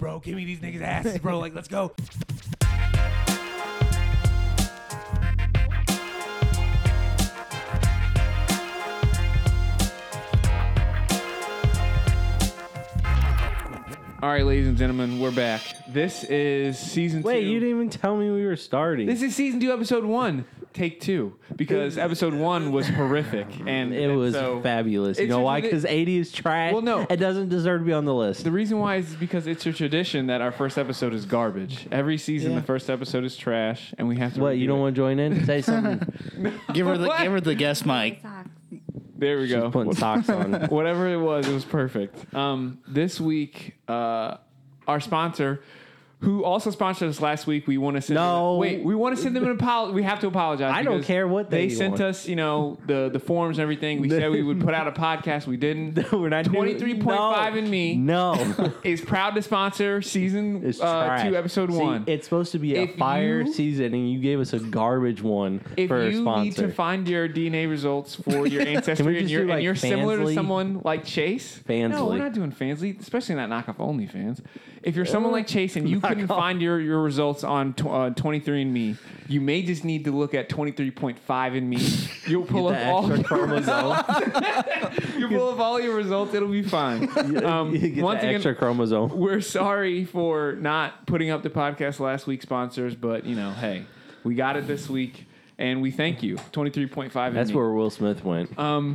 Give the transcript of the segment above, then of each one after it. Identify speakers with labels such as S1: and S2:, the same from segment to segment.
S1: bro. Give me these niggas' asses, bro. Like, let's go.
S2: All right, ladies and gentlemen, we're back. This is season
S3: Wait,
S2: two.
S3: you didn't even tell me we were starting.
S2: This is season two, episode one, take two, because episode one was horrific, and
S3: it
S2: and
S3: was
S2: so-
S3: fabulous. You
S2: It's
S3: know
S2: just-
S3: why? Because 80 is trash.
S2: Well, no.
S3: It doesn't deserve to be on the list.
S2: The reason why is because it's a tradition that our first episode is garbage. Every season,
S3: Yeah.
S2: the first episode is trash, and we have to.
S3: What, you
S2: review
S3: don't
S2: it.
S3: want to join in? Say something.
S4: Give her the
S2: What?
S4: give her the guest mic.
S5: Socks.
S2: There we
S3: She's
S2: go.
S3: putting socks on.
S2: Whatever it was, it was perfect. Um, this week, uh, our sponsor. Who also sponsored us last week? We want to send.
S3: No.
S2: Them, wait, we want to send them an apology. We have to apologize.
S3: I don't
S2: because
S3: care what
S2: they,
S3: they
S2: sent
S3: want.
S2: us. You know the the forms and everything. We said we would put out a podcast. We didn't.
S3: We're not doing-
S2: Twenty three point five
S3: No.
S2: in me
S3: No.
S2: is proud to sponsor season
S3: It's
S2: uh,
S3: trash.
S2: two, episode
S3: See,
S2: one.
S3: It's supposed to be a
S2: If
S3: fire
S2: you-
S3: season, and you gave us a garbage one
S2: if
S3: for a
S2: you need
S3: sponsor.
S2: to find your DNA results for your ancestry and
S3: just
S2: you're,
S3: do,
S2: and
S3: like,
S2: you're similar to
S3: Fansly?
S2: someone like Chase, no, we're
S3: Fansly.
S2: not doing Fansly, especially not knockoff OnlyFans. If you're someone
S3: Uh,
S2: like Chase and you couldn't find your, your results on tw- uh, 23andMe, you may just need to look at 23.5andMe. You'll pull
S3: the
S2: up all
S3: extra chromosome.
S2: you pull up all your results. It'll be fine. Um,
S3: you get the
S2: once again,
S3: extra chromosome.
S2: we're sorry for not putting up the podcast last week sponsors, but you know, hey, we got it this week, and we thank you. Twenty three point five.
S3: That's where Will Smith went.
S2: Uh,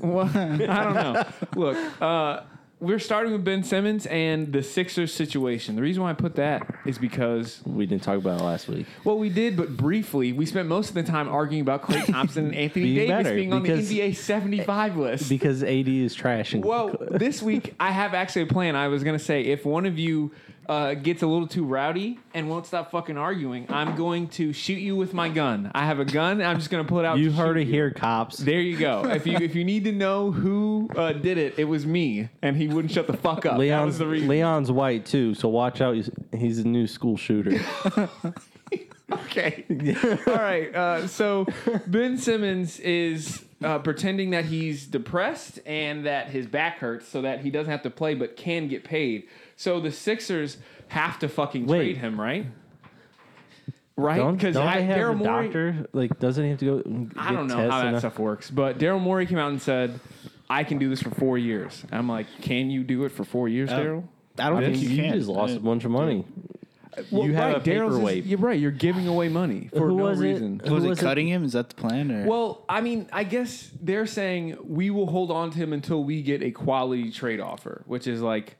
S2: Well, I don't know. Look, uh, we're starting with Ben Simmons and the Sixers situation. The reason why I put that is because
S3: we didn't talk about it last week.
S2: well, we did, but briefly. We spent most of the time arguing about Clay Thompson and Anthony
S3: Be
S2: Davis
S3: better,
S2: being on the
S3: because-
S2: NBA seventy five list.
S3: Because AD is trash. And
S2: Well, this week I have actually a plan. I was gonna say if one of you uh, gets a little too rowdy and won't stop fucking arguing, I'm going to shoot you with my gun. I have a gun. I'm just gonna pull it out.
S3: you
S2: to
S3: heard
S2: shoot
S3: it
S2: you.
S3: here, cops.
S2: There you go. If you if you need to know who uh, did it, it was me, and he wouldn't shut the fuck up. that was
S3: Leon's
S2: the reason.
S3: Leon's white too, so watch out. He's- He's a new school shooter.
S2: Okay. All right. Uh, so Ben Simmons is uh, pretending that he's depressed and that his back hurts so that he doesn't have to play but can get paid. So the Sixers have to fucking
S3: Wait.
S2: trade him, right? Right?
S3: Don't, don't
S2: I-
S3: they have
S2: Daryl
S3: a
S2: Morey-
S3: doctor? Like, doesn't he have to go? and
S2: I
S3: get
S2: don't know
S3: tests
S2: how that
S3: and-
S2: stuff works, but Daryl Morey came out and said, "I can do this for four years." And I'm like, "Can you do it for four years, Daryl?"
S4: I don't
S3: I mean,
S4: think you
S3: you
S4: can.
S3: just lost
S4: Uh,
S3: a bunch of money. you have a
S2: Daryl's
S3: paperweight.
S2: Is, you're right. You're giving away money for
S3: Who
S2: no
S3: was it?
S2: reason.
S3: Who
S4: Was it
S3: was it?
S4: cutting him? Is that the plan? Or?
S2: Well, I mean, I guess they're saying we will hold on to him until we get a quality trade offer, which is like,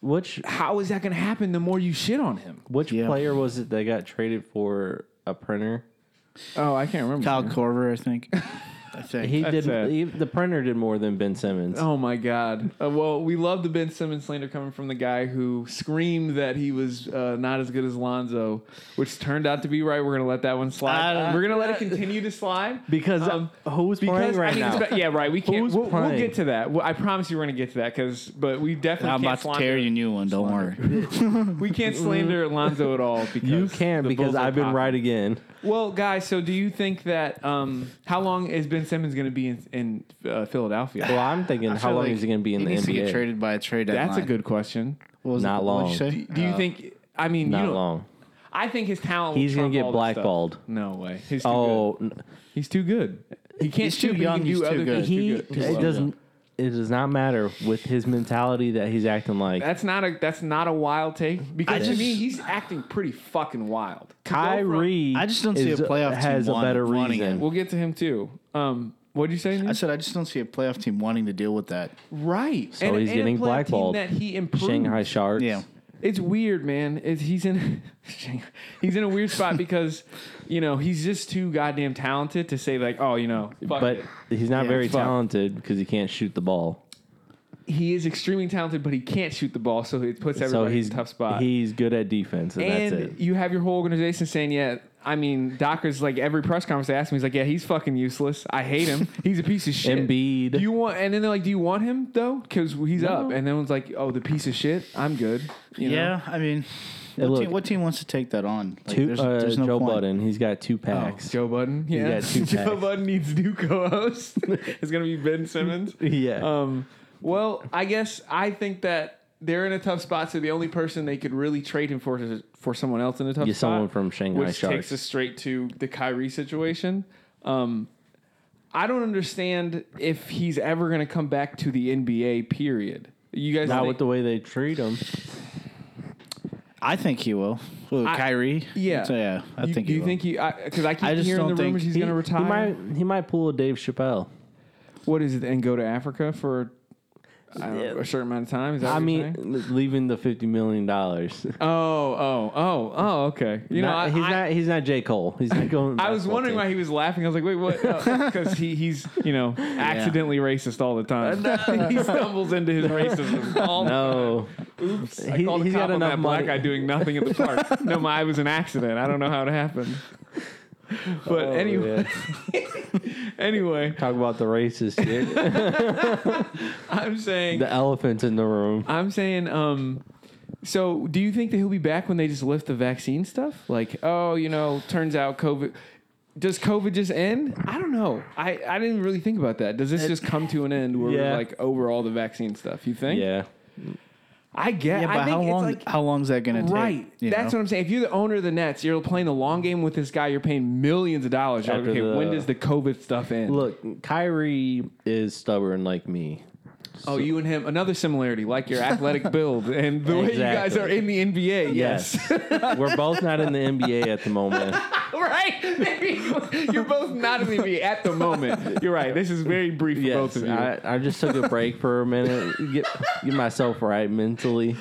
S3: Which
S2: how is that going to happen? The more you shit on him.
S3: which
S4: Yeah.
S3: player was it that got traded for a printer?
S2: Oh, I can't remember.
S4: Kyle Corver, I think. I think.
S3: He
S2: That's
S3: did.
S2: it.
S3: He, the printer did more than Ben Simmons.
S2: Oh my God! Uh, well, we love the Ben Simmons slander coming from the guy who screamed that he was uh, not as good as Lonzo, which turned out to be right. We're gonna let that one slide.
S4: I-
S2: We're gonna let it continue to slide
S3: Because
S2: um,
S3: who's playing right now?
S2: it's be- yeah, right. We can't.
S3: Who's
S2: We'll, we'll
S3: playing?
S2: get to that. Well, I promise you, we're gonna get to that because, but we definitely
S4: I'm
S2: can't
S4: about to
S2: slander.
S4: tear you a new one. Don't worry.
S2: We can't slander Alonzo at all. Because
S3: Mm-hmm. you can't
S2: the
S3: because
S2: Bulls are
S3: I've been
S2: popping.
S3: right again.
S2: Well, guys, so do you think that um, how long is Ben Simmons gonna be in, in uh, Philadelphia?
S3: Well, I'm thinking,
S4: I
S3: how
S4: feel
S3: long
S4: like
S3: is he going to be in
S4: he
S3: the
S4: needs To get
S3: NBA?
S4: traded by a trade deadline.
S2: That's a good question.
S4: What was
S3: Not
S4: it- what'd
S3: long.
S4: you say?
S2: Do you
S4: Uh,
S2: think? I mean, you
S3: Not
S2: don't-
S3: long.
S2: I think his talent.
S3: He's
S2: going
S3: gonna
S2: to
S3: get blackballed.
S2: No way. He's too good.
S3: Oh, n-
S2: He's too good. He can't
S4: He's too
S2: shoot. but He
S4: young,
S2: can
S4: he's
S2: do
S4: too
S2: other
S4: good.
S2: things.
S3: he
S2: Too good. Too
S3: it
S2: well.
S3: doesn't. It does not matter with his mentality that he's acting like.
S2: That's not a that's not a wild take because
S4: just-
S2: to me he's acting pretty fucking wild. To go from-
S3: Kyrie.
S4: I just don't see
S3: is- uh,
S4: a playoff team
S3: has a
S4: want-
S3: better
S4: wanting
S3: reason.
S4: it.
S2: we'll get to him too. Um, what did you say? Nick?
S4: I said I just don't see a playoff team wanting to deal with that.
S2: right. So
S3: he's getting blackballed.
S2: That he improved.
S3: Shanghai Sharks.
S4: Yeah.
S2: It's weird, man. It's, he's in Shanghai- he's in a weird spot because you know he's just too goddamn talented to say like, oh, you know, fuck
S3: But
S2: it.
S3: he's not
S2: Yeah,
S3: very
S2: fuck.
S3: talented because he can't shoot the ball.
S2: he is extremely talented, but he can't shoot the ball, so it puts everybody
S3: so he's
S2: in a tough spot.
S3: He's good at defense, and, that's
S2: and
S3: it.
S2: you have your whole organization saying, yeah, I mean, Docker's like every press conference they ask him, he's like, yeah, he's fucking useless. I hate him. He's a piece of shit.
S3: Embiid.
S2: Do you want? And then they're like, do you want him though? Because he's up. And then one's like, oh, the piece of shit. I'm good. You know?
S4: Yeah, I mean,
S3: Hey,
S4: what,
S3: look.
S4: team, what team wants to take that on? Like,
S3: Two,
S4: there's,
S3: uh,
S4: there's no
S3: Joe
S4: point. Oh,
S3: Budden, he's got two packs.
S2: Joe Budden. Yeah.
S3: got two
S2: Joe
S3: packs.
S2: Budden needs new co-host. it's gonna be Ben Simmons.
S3: Yeah.
S2: Um. Well, I guess I think that they're in a tough spot, so the only person they could really trade him for is for someone else in a tough
S3: Yeah,
S2: spot.
S3: someone from Shanghai
S2: which
S3: Sharks.
S2: takes us straight to the Kyrie situation. Um, I don't understand if he's ever going to come back to the NBA. Period. You guys,
S3: Not
S2: think-
S3: with the way they treat him.
S4: I think he will. Well,
S2: I-
S4: Kyrie.
S2: yeah,
S4: So, yeah, I
S2: You-
S4: think.
S2: Do
S4: he
S2: you
S4: will.
S2: think he? Because I, keep
S4: I just
S2: hearing the
S4: don't think-
S2: rumors he's
S3: He-
S2: going to retire.
S3: He might, he might pull a Dave Chappelle.
S2: what is it? And go to Africa for I don't know,
S3: Yeah.
S2: a certain amount of time? Is that what
S3: I
S2: you're
S3: mean,
S2: saying?
S3: leaving the fifty million dollars.
S2: Oh, oh, oh, oh. Okay. You know, I,
S3: he's
S2: I-
S3: not. He's not J Cole. He's not going. to
S2: I was
S3: basketball
S2: wondering
S3: team.
S2: why he was laughing. I was like, wait, what? Because he, he's, you know, accidentally racist all the time. he stumbles into his racism. All
S3: No,
S2: Oops. I
S3: He-
S2: called a
S3: he's
S2: cop
S3: got
S2: on
S3: enough
S2: that black
S3: money.
S2: guy doing nothing at the park. no, my, it was an accident. I don't know how it happened. But
S3: Oh,
S2: anyway,
S3: yeah.
S2: anyway,
S3: talk about the racist shit.
S2: I'm saying,
S3: the elephant in the room.
S2: I'm saying, um, so do you think that he'll be back when they just lift the vaccine stuff? Like, oh, you know, turns out COVID. Does COVID just end? I don't know. I, I didn't really think about that. Does this just come to an end where
S3: Yeah.
S2: we're like over all the vaccine stuff? You think?
S3: Yeah,
S2: I get.
S4: Yeah,
S2: I
S4: but
S2: think
S4: how
S2: it's
S4: long?
S2: like-
S4: how long is that going to take?
S2: Right.
S4: you
S2: That's
S4: know?
S2: what I'm saying. If you're the owner of the Nets, you're playing the long game with this guy. You're paying millions of dollars. You're like,
S3: After
S2: okay,
S3: the-
S2: when does the COVID stuff end?
S3: look, Kyrie is stubborn like me.
S2: oh, you and him. Another similarity, like your athletic build and the way you guys
S3: Exactly.
S2: are in the NBA.
S3: Yes, we're both not in the NBA at the moment.
S2: right. Maybe you- you're both not in the NBA at the moment. You're right. This is very brief for both
S3: Yes,
S2: of you.
S3: I, I just took a break for a minute, get get myself right mentally.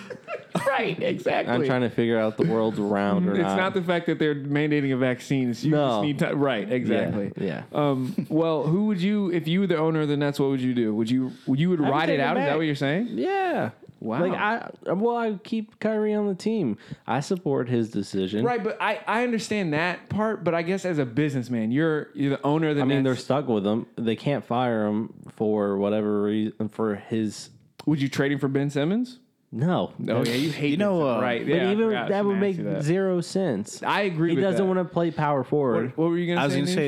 S2: right. Exactly.
S3: I'm trying to figure out the world's round or
S2: It's not the fact that they're mandating a vaccine. It's you
S3: No.
S2: just need time. Right.
S3: Yeah,
S2: Exactly.
S3: Yeah.
S2: Um, well, who would you, if you were the owner of the Nets, what would you do? Would you, you would ride it
S3: take it
S2: out? Is that
S3: back.
S2: what you're saying?
S3: Yeah.
S2: Wow.
S3: Like I well, I keep Kyrie on the team. I support his decision.
S2: Right, but I, I understand that part, but I guess as a businessman, you're you're the owner of the
S3: I mean, they're
S2: Nets.
S3: stuck with him. They can't fire him for whatever reason for his
S2: Would you trade him for Ben Simmons?
S3: no.
S2: Oh yeah, you hate
S4: You know,
S2: Ben Simmons,
S4: uh,
S2: right?
S3: But
S2: yeah, I
S3: even
S2: forgot.
S3: that would
S2: Shouldn't
S3: make
S2: ask you that.
S3: zero sense.
S2: I agree.
S3: He
S2: with
S3: doesn't
S2: that.
S3: want to play power forward.
S2: What, what were you gonna?
S4: I was
S2: say,
S4: going to
S2: Nick?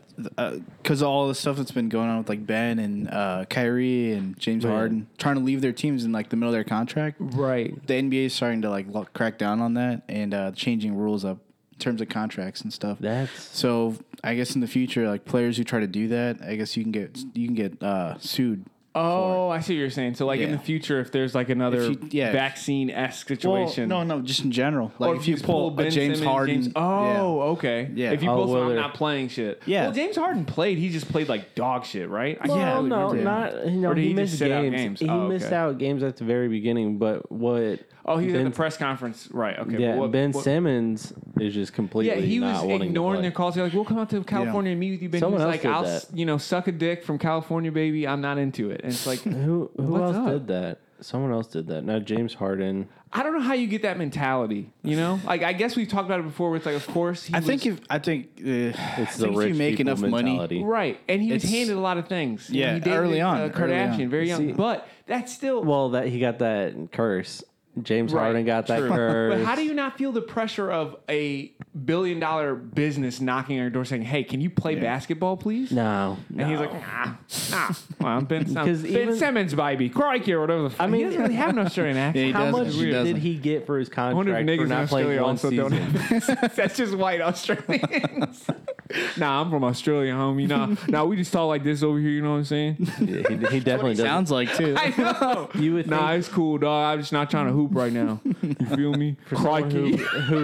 S4: say, uh, because all the stuff that's been going on with like Ben and uh, Kyrie and James Harden trying to leave their teams in like the middle of their contract.
S2: right.
S4: The NBA is starting to like lo- crack down on that and uh, changing rules up in terms of contracts and stuff.
S3: That's
S4: so I guess in the future, like players who try to do that, I guess you can get you can get uh, sued.
S2: Oh, I see what you're saying. So like in
S4: Yeah.
S2: the future, if there's like another
S4: If you- yeah.
S2: vaccine esque situation,
S4: no, no, just in general. Like
S2: Or
S4: if you
S2: just
S4: pull, a
S2: Ben
S4: James
S2: Simmons,
S4: Harden,
S2: James-
S4: yeah.
S2: oh, okay.
S4: Yeah.
S2: If you
S3: Oh,
S2: pull
S3: well,
S2: someone, I'm
S3: they're-
S2: not playing shit.
S4: Yeah.
S2: Well, James Harden played. He just played like dog shit, right? I can't
S3: well,
S2: really
S3: no,
S2: remember.
S3: not you know,
S2: Or did
S3: he,
S2: he just
S3: missed
S2: sit out
S3: games.
S2: games?
S3: He
S2: Oh,
S3: missed
S2: okay.
S3: out games at the very beginning. But what?
S2: Oh, he was at the
S3: Ben-
S2: press conference, right? Okay.
S3: Yeah,
S2: What-
S3: Ben
S2: what-
S3: Simmons is just completely.
S2: Yeah, he was
S3: not wanting
S2: ignoring
S3: to
S2: their
S3: play.
S2: calls. They're like, "We'll come out to California and meet with you." Ben.
S3: Someone
S2: he was
S3: else
S2: like,
S3: did
S2: "I'll,
S3: that.
S2: s- you know, suck a dick from California, baby. I'm not into it." And it's like,
S3: Who who
S2: What's
S3: else
S2: up?
S3: did that? Someone else did that. Not James Harden.
S2: I don't know how you get that mentality. You know, like I guess we've talked about it before. Where it's like, of course, he
S4: I
S2: was,
S4: think if I think uh, I
S3: It's the
S4: think
S3: rich
S4: if you make
S3: people
S4: enough money,
S3: mentality.
S2: right, and he was
S4: It's-
S2: handed a lot of things. You know,
S4: Yeah,
S2: he dated,
S4: early on,
S2: uh,
S4: early
S2: Kardashian,
S4: on.
S2: very young,
S3: See-
S2: but that's still
S3: Well, that he got that curse. James
S2: Right,
S3: Harden got that
S2: true.
S3: curse.
S2: But how do you not feel the pressure of a billion dollar business knocking on your door saying, "Hey, can you play basketball, please?"
S3: No,
S2: And he's like, nah, nah. Well, I'm Ben, Simmons.
S3: Because
S2: ben
S3: even-
S2: Simmons, baby. Crikey or whatever the fuck. I mean,
S3: mean-
S2: he doesn't really have no Australian accent.
S4: he
S3: how
S4: doesn't.
S3: much
S4: He doesn't.
S3: did he get for his
S2: I wonder if
S3: contract for
S2: niggas in
S3: not playing
S2: Australia
S3: one
S2: also don't
S3: season?
S2: have That's just white Australians. nah, I'm from Australia, homie. Nah, nah, we just talk like this over here, you know what I'm saying?
S3: Yeah, he, he definitely doesn't.
S4: sounds like too.
S2: I know.
S3: you would
S2: Nah,
S3: think
S2: it's cool, dog. I'm just not trying to hoop right now. You feel me?
S3: someone who-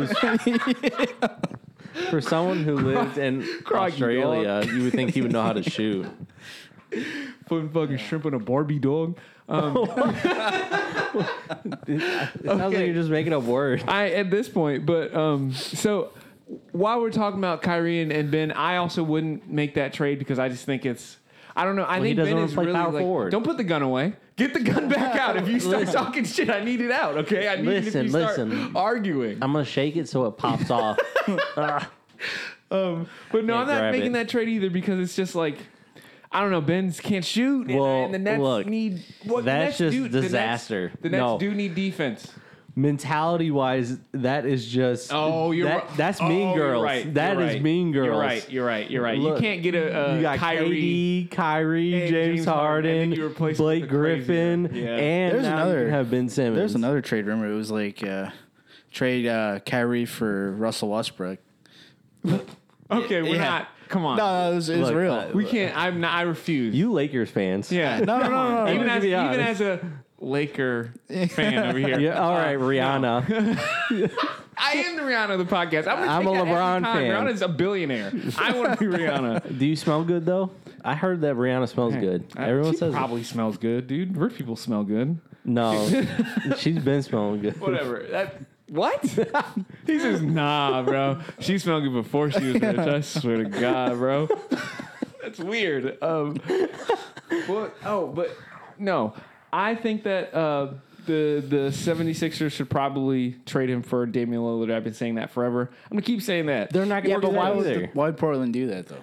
S2: Crikey.
S3: for someone who lived in
S2: Crikey,
S3: Australia, you would think he would know how to shoot.
S2: Putting fucking shrimp on a Barbie Uh, dog.
S3: It sounds like you're just making up words.
S2: I at this point, but um, so while we're talking about Kyrie and, and Ben, I also wouldn't make that trade because I just think it's. I don't know. I think
S3: he doesn't
S2: Ben
S3: wanna
S2: is
S3: play
S2: really
S3: power
S2: like,
S3: forward.
S2: don't put the gun away. Get the gun back out. If you start
S3: Listen.
S2: talking shit, I need it out. Okay, I need it
S3: Listen,
S2: if you start
S3: listen.
S2: arguing.
S3: I'm gonna shake it so it pops off.
S2: Um, but no, I'm not
S3: grab
S2: making
S3: it.
S2: that trade either because it's just like. I don't know. Ben's can't shoot, and-
S3: Well,
S2: and the Nets
S3: look,
S2: need. What the
S3: that's
S2: Nets
S3: just
S2: do- the Nets-
S3: disaster.
S2: The Nets,
S3: No.
S2: do need defense.
S3: mentality wise, that is just
S2: Oh, you're
S3: that,
S2: right.
S3: that's
S2: Oh,
S3: Mean
S2: you're
S3: Girls. That
S2: right.
S3: is
S2: You're right.
S3: Mean Girls.
S2: You're right. You're right. You're right.
S3: Look,
S2: you can't get a, a
S3: you got
S2: Uh, Kyrie.
S3: Kyrie, Kyrie,
S2: and
S3: James,
S2: James Harden, and
S3: Harden,
S2: then you replace it
S3: Blake
S2: with the crazy
S3: Griffin,
S2: one. Yeah.
S3: and
S4: There's
S3: now you
S4: another-
S3: have Ben Simmons.
S4: There's another trade rumor. It was like uh, trade uh, Kyrie for Russell Westbrook.
S2: Okay, we're
S4: Yeah.
S2: not. Come on.
S4: No, it was, it was
S3: Look,
S4: real.
S3: uh,
S2: we can't. I'm not. I refuse.
S3: You Lakers fans.
S2: yeah.
S4: no, no, no, no.
S2: even
S3: let's
S2: as
S3: be
S2: even as
S3: honest.
S2: a Laker fan over here.
S3: Yeah, all right, Rihanna.
S2: I am the Rihanna of the podcast. I'm, gonna
S3: I'm
S2: take
S3: a
S2: that every
S3: LeBron
S2: time.
S3: fan.
S2: Rihanna's a billionaire. I want to be Rihanna.
S3: Do you smell good though? I heard that Rihanna smells good. Everyone
S2: Uh, she
S3: says it.
S2: probably smells good, dude. Rich people smell good.
S3: no. She's been smelling good.
S2: Whatever. That, what? he says, nah, bro. She smelled good before she was rich. I swear to God, bro. That's weird. Um, but, oh, but no. I think that uh, the the 76ers should probably trade him for Damian Lillard. I've been saying that forever. I'm going to keep saying that.
S3: They're not gonna do that either.
S4: Why'd Portland do that though?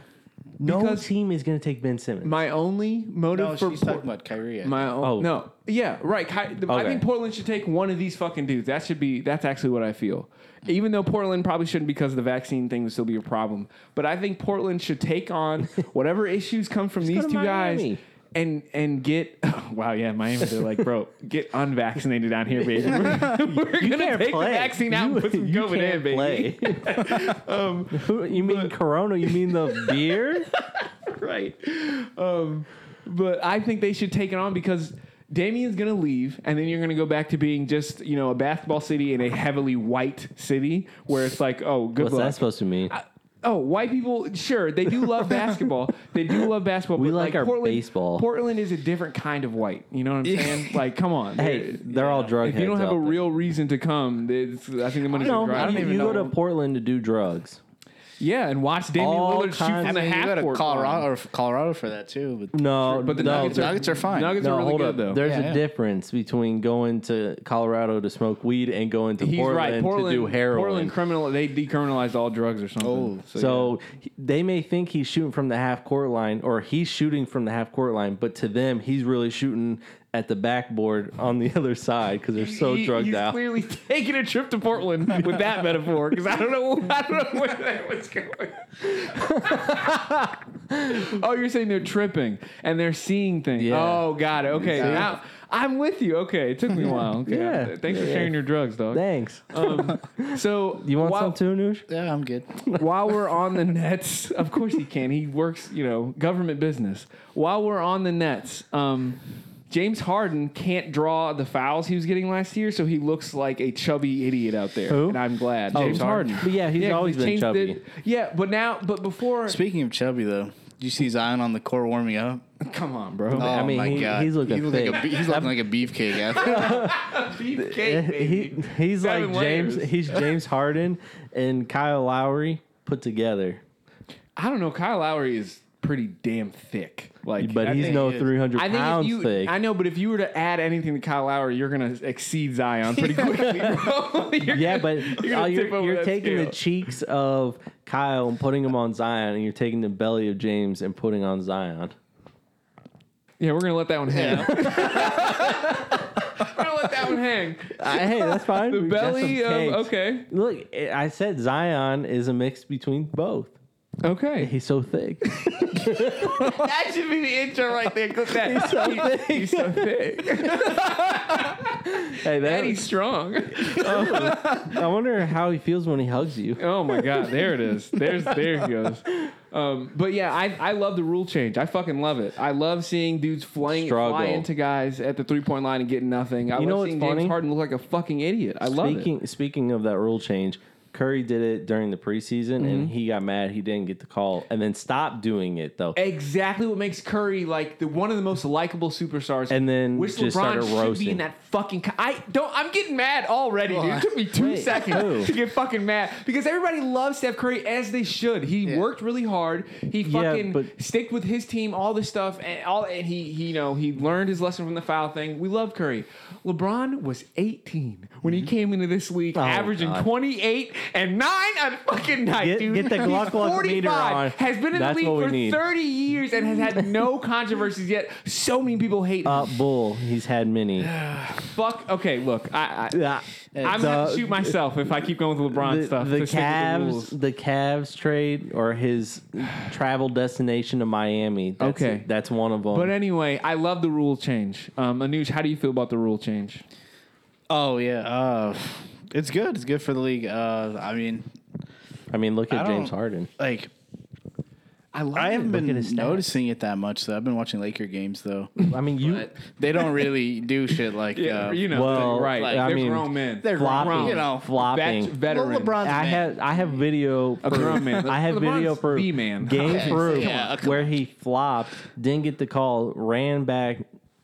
S3: no
S2: because-
S3: team is gonna take Ben Simmons.
S2: My only motive
S4: No,
S2: for
S4: she's
S2: Por-
S4: talking about Kyrie.
S2: my own,
S3: Oh.
S2: no, yeah, right. Ky- the- I
S3: Okay.
S2: think Portland should take one of these fucking dudes. That should be that's actually what I feel. Even though Portland probably shouldn't because the vaccine thing would still be a problem, but I think Portland should take on whatever issues come from these
S3: to
S2: two guys.
S3: Miami.
S2: And and get wow yeah Miami they're like bro get unvaccinated out here baby we're, we're gonna take the vaccine out and put some COVID in baby Um,
S3: you mean Corona? You mean the beer?
S2: right. Um, but I think they should take it on because Damien's going to leave, and then you're going to go back to being just you know a basketball city in a heavily white city where it's like, oh, good
S3: What's
S2: luck.
S3: that supposed to mean?
S2: Oh, white people, sure, they do love basketball. They do love basketball.
S3: We
S2: but
S3: like our baseball.
S2: Portland is a different kind of white. You know what I'm saying? like, come on.
S3: hey, they're all drug
S2: if you don't have
S3: heads
S2: a
S3: out there.
S2: real reason to come, it's, I think I'm going to
S3: no,
S2: drive.
S3: you, you go to Portland to do drugs.
S2: yeah, and watch Damian
S3: All
S2: Lillard shoot from
S3: kinds- I
S2: the
S4: you
S2: half
S4: go to
S2: court line.
S4: Colorado or Colorado for that too. But
S3: No,
S2: But the
S3: no,
S2: Nuggets, are,
S4: Nuggets are fine.
S2: Nuggets
S3: no,
S2: are really
S3: hold
S2: good
S3: up.
S2: though.
S3: There's
S4: Yeah,
S3: a
S4: yeah.
S3: difference between going to Colorado to smoke weed and going to
S2: He's
S3: Portland,
S2: right. Portland,
S3: to do heroin.
S2: Portland criminal. They decriminalized all drugs or something.
S4: Oh.
S3: So he- they may think he's shooting from the half court line, or he's shooting from the half court line, but to them, he's really shooting at the backboard on the other side because they're so
S2: He-
S3: drugged
S2: he's
S3: out.
S2: clearly taking a trip to Portland with that metaphor because I don't know. I don't know where that was going. oh, you're saying they're tripping and they're seeing things.
S3: Yeah.
S2: Oh, got it. Okay, now I'm with you. Okay, it took me a while. Okay,
S3: Yeah.
S2: thanks for
S3: Yeah.
S2: sharing your drugs, dog.
S3: Thanks.
S2: Um, so
S3: you want
S2: while,
S3: some too, Noosh?
S4: yeah, I'm good.
S2: while we're on the Nets, of course he can. He works, you know, government business. While we're on the Nets, um, James Harden can't draw the fouls he was getting last year, so he looks like a chubby idiot out there.
S3: Who?
S2: And I'm glad.
S3: Oh,
S2: James Harden.
S3: Harden. But yeah, he's always
S2: he's
S3: been
S2: changed
S3: chubby.
S2: it. yeah, but now, but before,
S4: Speaking of chubby though, did you see Zion on the court warming up?
S2: come on, bro.
S4: Oh
S3: I mean,
S4: my
S3: he-
S4: god,
S3: he's looking
S4: he looked like a
S3: thick.
S4: be- he's looking like a beefcake. After.
S3: Eh,
S2: Beefcake,
S3: He,
S2: baby.
S3: he's
S2: Seven
S3: like James.
S2: layers.
S3: He's James Harden and Kyle Lowry put together,
S2: I don't know. Kyle Lowry is pretty damn thick. Like,
S3: but
S2: I
S3: he's
S2: think-
S3: no 300
S2: I think
S3: pounds
S2: if you,
S3: thick.
S2: I know, but if you were to add anything to Kyle Lowry, you're gonna exceed Zion pretty quickly. bro. You're
S3: yeah,
S2: gonna-
S3: but
S2: you're gonna
S3: all you're,
S2: tip over
S3: you're
S2: that
S3: taking the
S2: scale.
S3: cheeks of Kyle and putting them on Zion, and you're taking the belly of James and putting on Zion.
S2: yeah, we're gonna let that one hang. we're gonna let that one hang.
S3: I- hey, that's fine.
S2: The
S3: We got
S2: belly
S3: some
S2: of
S3: cakes.
S2: okay,
S3: Look, I I said Zion is a mix between both.
S2: okay.
S3: He's so thick.
S2: that should be the intro right there. Click that. He's so thick. He's so thick.
S3: hey,
S2: And
S3: that,
S2: he's strong.
S3: I wonder how he feels when he hugs you.
S2: Oh my god, there it is. There's there it goes. Um, but yeah, I, I love the rule change. I fucking love it. I love seeing dudes flying
S3: Struggle.
S2: fly into guys at the three point line and getting nothing. I
S3: You
S2: love
S3: know what's
S2: seeing
S3: funny?
S2: James Harden look like a fucking idiot. I love it.
S3: Speaking speaking of that rule change, Curry did it during the preseason,
S2: Mm-hmm.
S3: and he got mad he didn't get the call, and then stopped doing it though.
S2: Exactly what makes Curry like the one of the most likable superstars.
S3: And then just started
S2: should be
S3: roasting.
S2: in that fucking. Co- I don't. I'm getting mad already, dude. It took me two
S3: Wait,
S2: seconds
S3: who?
S2: to get fucking mad because everybody loves Steph Curry as they should. He worked really hard. He
S3: Yeah,
S2: fucking
S3: but-
S2: sticked with his team, all this stuff, and all. And he, he, you know, he learned his lesson from the foul thing. We love Curry. LeBron was 18 when he came into this league, averaging
S3: Mm-hmm. Oh,
S2: 28
S3: God.
S2: and nine a fucking night,
S3: Get-
S2: dude.
S3: get the
S2: He's
S3: Glock meter
S2: 45,
S3: on.
S2: Has been in
S3: That's
S2: the
S3: what we
S2: league for
S3: need.
S2: 30 years and has had no controversies yet. So many people hate him.
S3: Uh, bull. He's had many.
S2: Fuck. Okay, look. I, I,
S3: Yeah,
S2: I'm gonna have to
S3: The-
S2: shoot myself if I keep going with LeBron
S3: the,
S2: stuff.
S3: the
S2: to stick with
S3: Cavs,
S2: rules.
S3: the, Cavs trade or his travel destination to Miami. That's,
S2: Okay.
S3: that's one of them.
S2: But anyway, I love the rule change. Um, Anuj, how do you feel about the rule change?
S4: Oh yeah, uh, it's good. It's good for the league. Uh, I mean,
S3: I mean, look
S4: I
S3: at
S4: don't-
S3: James Harden.
S4: like
S2: I love
S4: I haven't
S3: Look at
S4: been
S3: his stats.
S4: noticing it that much. though. I've been watching Laker games though.
S3: I mean, you
S4: they don't really do shit like
S2: Yeah,
S4: uh,
S2: you know,
S3: well,
S2: right?
S3: like, I
S2: they're
S3: mean,
S2: grown men.
S4: they're
S3: flopping,
S4: grown, you know,
S3: flopping.
S2: Vet- veteran.
S4: Well, LeBron's
S3: I
S4: man.
S3: have I have video. For,
S2: grown man.
S3: I have
S2: LeBron's
S3: video for
S2: the man.
S3: game
S2: Okay,
S3: through
S4: come on, come
S3: where he flopped, didn't get the call, ran back,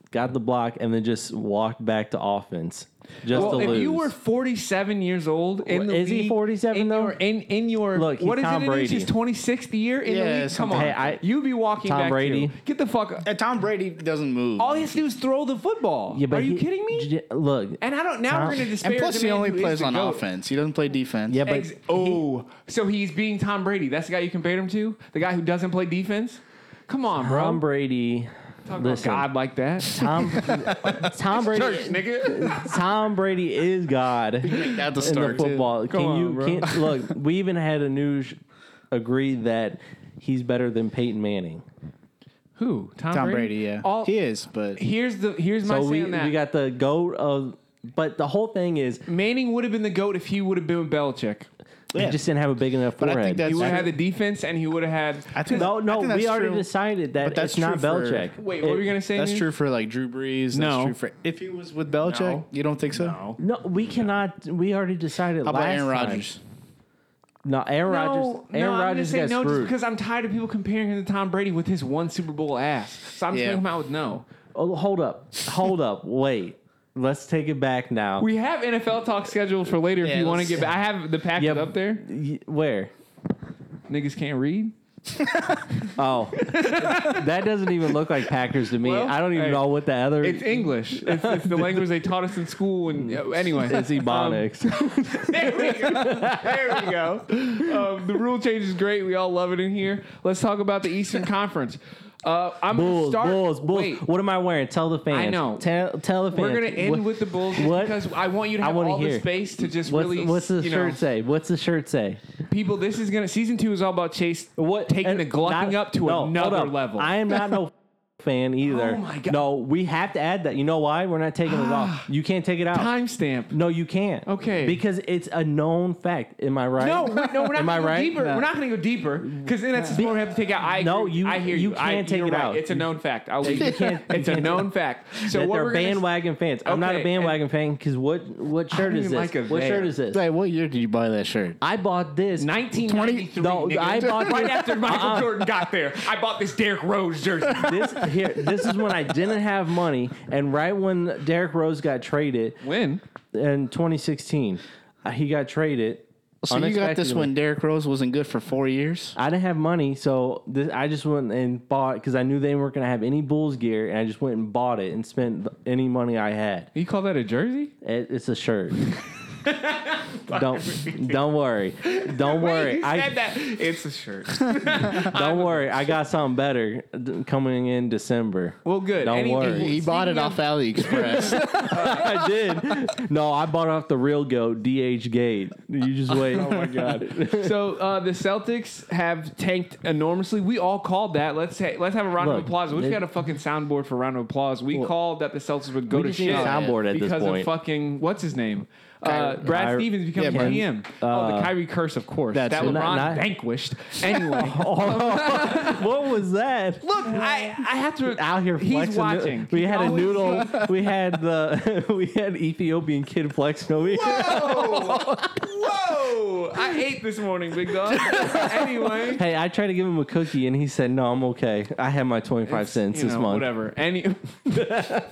S3: got the block, and then just walked back to offense just
S2: Well,
S3: to
S2: if
S3: lose.
S2: you were 47 years old in the
S3: Is he
S2: league,
S3: 47
S2: in
S3: though?
S2: Your, in in your
S3: Look, he's
S2: what is
S3: Tom
S2: it? It is
S3: Brady.
S2: his 26th year in
S4: Yeah,
S2: the league. Come
S4: something
S2: on,
S3: like that. Hey, I-
S2: you'd be walking
S3: Tom
S2: back.
S3: Brady.
S2: too. get the fuck. up.
S4: Uh, Tom Brady doesn't move.
S2: All he has to do is throw the football.
S3: Yeah, but
S2: Are you
S3: he-
S2: kidding me?
S3: j- Look,
S2: and I don't. Now
S3: Tom-
S2: we're going to disparage.
S4: and plus,
S2: a
S4: he
S2: man
S4: only
S2: who is
S4: plays
S2: the
S4: on
S2: GOAT.
S4: offense. He doesn't play defense.
S3: Yeah, but-
S2: Ex- oh, so he's being Tom Brady. That's the guy you compared him to. The guy who doesn't play defense. Come on, bro.
S3: Tom Brady.
S2: Talk about
S3: Listen,
S2: God like that.
S3: Tom, Tom
S2: Church,
S3: Brady.
S2: nigga.
S3: Tom Brady is God.
S4: at the
S3: in
S4: start.
S3: the football.
S2: Come
S3: Can
S2: on,
S3: you
S2: bro.
S3: can't look? We even had a news agree that he's better than Peyton Manning.
S2: Who? Tom,
S4: Tom Brady,
S2: Brady.
S4: yeah,
S2: All,
S4: he is, but
S2: Here's the. Here's my
S3: So
S2: saying
S3: we
S2: that.
S3: we got the goat of. But the whole thing is,
S2: Manning would have been the goat if he would have been Belichick.
S3: he just didn't have a big enough
S4: But I
S3: forehead.
S4: think
S2: He
S4: that's-
S2: would have had
S4: true.
S2: the defense, and he would have had.
S4: I think
S3: no,
S4: I
S3: no,
S4: think that's
S3: we already
S4: true.
S3: decided that
S4: But that's
S3: it's not
S4: true for-
S3: Belichick.
S2: Wait, what
S3: It-
S2: were you gonna say?
S4: That's
S2: Nick?
S4: true for like Drew Brees.
S2: No.
S4: That's true for if he was with Belichick,
S2: No.
S4: you don't think so?
S2: No.
S3: No, we cannot. We already decided
S4: How about
S3: last
S4: Aaron
S3: time.
S4: Rodgers?
S3: No, Aaron
S2: No,
S3: Rodgers.
S2: no,
S3: Aaron
S2: I'm gonna
S3: Rodgers
S2: say
S3: got
S2: no just
S3: screwed.
S2: because I'm tired of people comparing him to Tom Brady with his one Super Bowl ass. So I'm just
S4: Yeah.
S2: gonna come out with no.
S3: oh, hold up, hold up, wait. Let's take it back now.
S2: We have NFL talk scheduled for later if
S4: Yeah,
S2: you want to
S4: let's-
S2: get. back. I have the packet
S3: Yeah.
S2: up there.
S3: Y- Where?
S2: Niggas can't read.
S3: Oh, that doesn't even look like Packers to me.
S2: Well,
S3: I don't even
S2: hey,
S3: know what the other.
S2: It's English. It's, it's the language they taught us in school. And anyway, Um,
S3: It's Ebonics.
S2: there we go. There we go. Um, the rule change is great. We all love it in here. Let's talk about the Eastern Conference. Uh, I'm gonna
S3: Bulls,
S2: start.
S3: Bulls, Bulls.
S2: Wait,
S3: What am I wearing? Tell the fans.
S2: I know.
S3: Tell, tell the fans.
S2: we're gonna end
S3: What-
S2: with the Bulls just
S3: what-
S2: because I want you to
S3: I
S2: have
S3: wanna
S2: all the
S3: hear.
S2: space to just
S3: What's,
S2: really.
S3: what's the
S2: you
S3: shirt
S2: know,
S3: say? What's the shirt say?
S2: people? This is gonna season two is all about Chase
S3: What
S2: taking
S3: and
S2: the glucking
S3: not-
S2: up to
S3: no, hold
S2: another
S3: up.
S2: level.
S3: I am not no fan either.
S2: Oh my God. Ah.
S3: No, we have to add that. You know why? We're not taking it off. You can't take it out.
S2: timestamp.
S3: No, you can't.
S2: Okay.
S3: Because it's a known fact. Am I right?
S2: No, we, no, we're not
S3: Am
S2: gonna
S3: I
S2: go
S3: right?
S2: deeper.
S3: No.
S2: We're not going to go deeper because then that's just more we have to take out. I agree.
S3: No, you-
S2: I hear
S3: you
S2: you. I-
S3: can't take
S2: you're
S3: it
S2: right.
S3: out.
S2: It's a known fact. I will you
S3: can't- you
S2: It's a
S3: can't-
S2: known fact. So
S3: That
S2: what
S3: they're
S2: we're gonna-
S3: bandwagon fans. I'm not a
S2: Okay,
S3: bandwagon fan because what what shirt
S2: don't
S3: is
S2: even like
S3: this?
S2: a
S3: what
S2: van.
S3: shirt is this?
S4: Hey, what year did you buy that shirt?
S3: I bought this.
S2: 1993.
S3: No,
S2: nigga.
S3: I bought-
S2: right after Michael
S3: Uh-uh.
S2: Jordan got there. I bought this Derrick Rose jersey.
S3: this here this is when I didn't have money and right when Derrick Rose got traded
S2: When?
S3: in 2016 uh, he got traded
S4: So you got this
S3: unexpectedly.
S4: when Derrick Rose wasn't good for four years.
S3: I didn't have money so this, I just went and bought because I knew they weren't going to have any Bulls gear and I just went and bought it and spent th- any money I had
S2: You call that a jersey?
S3: it, it's a shirt don't don't worry don't worry
S2: you
S3: I
S2: said that. It's a shirt.
S3: don't worry I got something better d- coming in December
S2: Well, good.
S3: Don't
S2: Any-
S3: worry.
S4: He bought it
S2: Speaking
S4: off AliExpress.
S3: I did. No, I bought off the real goat, DH Gate. You just wait. oh my god.
S2: So uh, the Celtics have tanked enormously. We all called that. Let's ha- let's have a round
S3: Look,
S2: of applause. We've
S3: they-
S2: got a fucking soundboard for round of applause. We called that the Celtics would go
S3: We
S2: to
S3: just need a
S2: shit
S3: soundboard at this
S2: because
S3: point.
S2: of fucking what's his name. Uh,
S4: Kyrie-
S2: Brad
S3: Kyrie- Uh,
S2: Stevens becomes
S4: Yeah, but-
S2: GM. oh, the Kyrie curse, of course. That
S4: That's
S2: LeBron
S4: it.
S3: Not- not-
S2: vanquished. Anyway,
S3: Oh. what was that?
S2: look, I, I have to
S3: Out here flexing.
S2: He's watching.
S3: We
S2: He
S3: had a
S2: always-
S3: noodle. we had the we had Ethiopian kid flexing over here.
S2: Whoa! I ate this morning, big dog. anyway,
S3: Hey, I tried to give him a cookie and he said, "No, I'm okay. I had my 25 cents
S2: you
S3: this
S2: know,
S3: month."
S2: Whatever. Any.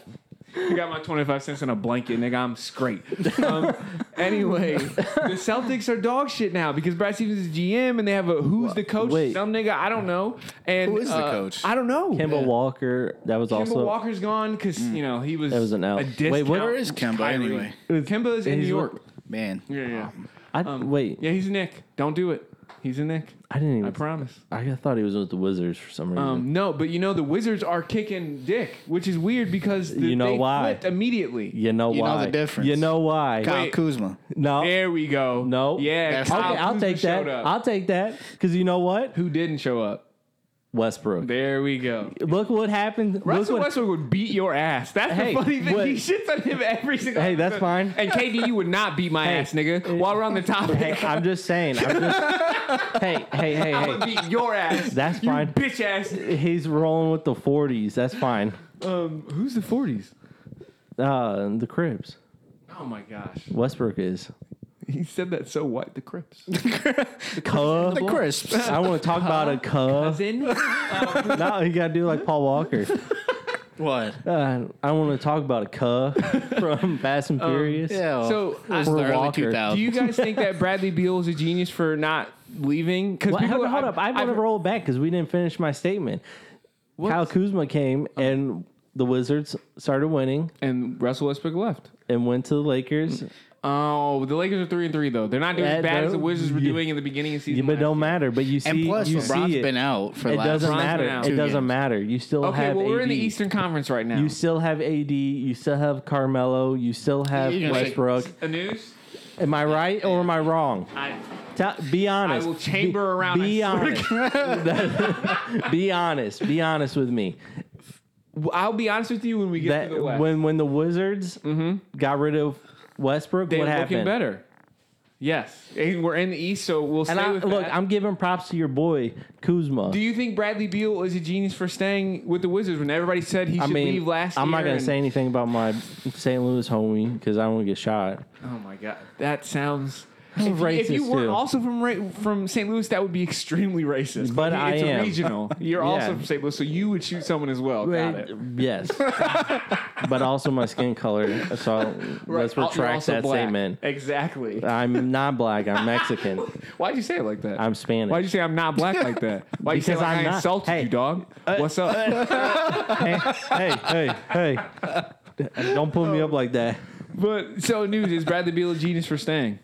S2: I got my 25 cents in a blanket, nigga. I'm straight. Um, anyway, the Celtics are dog shit now because Brad Stevens is GM and they have a who's the coach?
S3: Wait.
S2: Some nigga, I don't know. And
S4: Who is the
S2: uh,
S4: coach?
S2: I don't know.
S3: Kemba Walker, that was
S2: Kemba
S3: also
S2: Walker's gone because, you know, he was,
S3: That was an L.
S2: a
S3: Wait,
S2: discount.
S3: what-
S4: Where is Kemba
S2: Kyrie.
S4: anyway?
S2: Kemba is in New
S3: He's-
S2: York.
S4: Man,
S2: Um, Yeah, yeah.
S3: I, wait.
S2: Yeah, he's Nick. Don't do it.
S3: I-
S2: He's a Nick.
S3: I didn't even.
S2: I promise.
S3: I thought he was with the Wizards for some reason.
S2: Um, no, but you know the Wizards are kicking dick, which is weird because the,
S3: You know
S2: they
S3: why?
S2: flipped immediately.
S3: you know
S4: You know
S3: why?
S4: the difference.
S3: You know why?
S4: Kyle
S2: Wait.
S4: Kuzma.
S3: No.
S2: There we go.
S3: No.
S2: Yeah,
S4: That's-
S3: Okay,
S2: Kyle
S3: I'll
S2: Kuzma
S3: take that.
S2: showed up.
S3: I'll take that. Because you know what?
S2: Who didn't show up?
S3: Westbrook.
S2: There we go.
S3: Look what happened. Look
S2: Russell
S3: what,
S2: Westbrook would beat your ass. That's
S3: Hey,
S2: the funny thing.
S3: what-
S2: He shits on him every single.
S3: Hey, that's fine.
S2: And KD, you would not beat my
S3: Hey.
S2: ass, nigga. While we're on the topic,
S3: Hey, I'm just saying. I'm just, hey, hey, hey,
S2: I
S3: hey.
S2: would beat your ass.
S3: That's
S2: you
S3: fine.
S2: bitch ass.
S3: He's rolling with the 40s. That's fine.
S2: Um, who's the forties?
S3: Uh, the Cribs.
S2: Oh my gosh,
S3: Westbrook is.
S2: he said that so white. The Crips.
S3: Cub.
S4: The crisps.
S3: I want to talk about a cub.
S2: Cousin.
S3: No, you got to do like Paul Walker.
S4: What?
S3: Uh, I want to talk about a cub from Fast and
S2: Um,
S3: Furious.
S4: Yeah.
S2: So,
S4: this is
S3: Or
S4: the early
S3: Walker.
S4: 2000s.
S2: Do you guys think that Bradley Beal is a genius for not leaving? Because
S3: Well, hold, hold up. I want to roll back because we didn't finish my statement. Kyle Kuzma came and the Wizards started winning
S2: and Russell Westbrook left.
S3: and went to the Lakers.
S2: Oh, the Lakers are three and three though. They're not doing
S3: Yeah,
S2: as bad as the
S3: though.
S2: Wizards were
S3: Yeah.
S2: doing in the beginning of the
S3: Yeah,
S2: season.
S3: but it
S2: last
S3: don't matter. But you see,
S4: and plus,
S3: you
S4: LeBron's
S3: see it.
S4: been out for
S3: It
S4: last
S3: doesn't
S2: LeBron's
S3: matter.
S2: been out.
S3: It
S2: Two
S3: doesn't
S4: games.
S3: matter. You still
S2: year. Okay,
S3: have
S2: well
S3: AD.
S2: we're in the Eastern Conference right now.
S3: You still have AD. You still have Carmelo. You still have
S4: You're gonna say-
S3: Westbrook.
S2: the news.
S3: Am I right or am I wrong?
S2: I,
S3: Tell- be honest.
S2: I will chamber
S3: be,
S2: around,
S3: Be
S2: I
S3: honest. be honest. Be honest with me.
S2: I'll be honest with you when we get
S3: That
S2: to the West.
S3: when when the Wizards got rid of Westbrook,
S2: They're
S3: what
S2: looking
S3: happened?
S2: better. Yes, and we're in the East, so we'll stay
S3: And I,
S2: with
S3: look,
S2: that.
S3: I'm giving props to your boy Kuzma.
S2: Do you think Bradley Beal is a genius for staying with the Wizards when everybody said he
S3: I
S2: should
S3: mean,
S2: leave last
S3: I'm
S2: year?
S3: not gonna
S2: and-
S3: say anything about my St. Louis homie because I don't want to get shot.
S2: Oh my god, that sounds.
S3: If you-
S2: If you
S3: racist,
S2: were
S3: too.
S2: also from ra- from St. Louis, that would be extremely racist.
S3: But
S2: I mean, it's
S3: I am.
S2: a regional. You're
S3: Yeah.
S2: also from St. Louis, so you would shoot someone as well. Got it.
S3: Yes, but also my skin color. So let's
S2: Al- you're
S3: retract
S2: also
S3: that
S2: black.
S3: statement.
S2: Exactly.
S3: I'm not black. I'm Mexican.
S2: Why'd you say it like that?
S3: I'm Spanish.
S2: Why'd you say I'm not black like that? Why'd you say
S3: Because
S2: like
S3: I'm
S2: I
S3: not-
S2: insulted
S3: Hey. Uh,
S2: you, dog? What's up?
S3: hey, hey, hey, hey! Don't pull me up like that.
S2: but so news is Bradley Beal a genius for staying.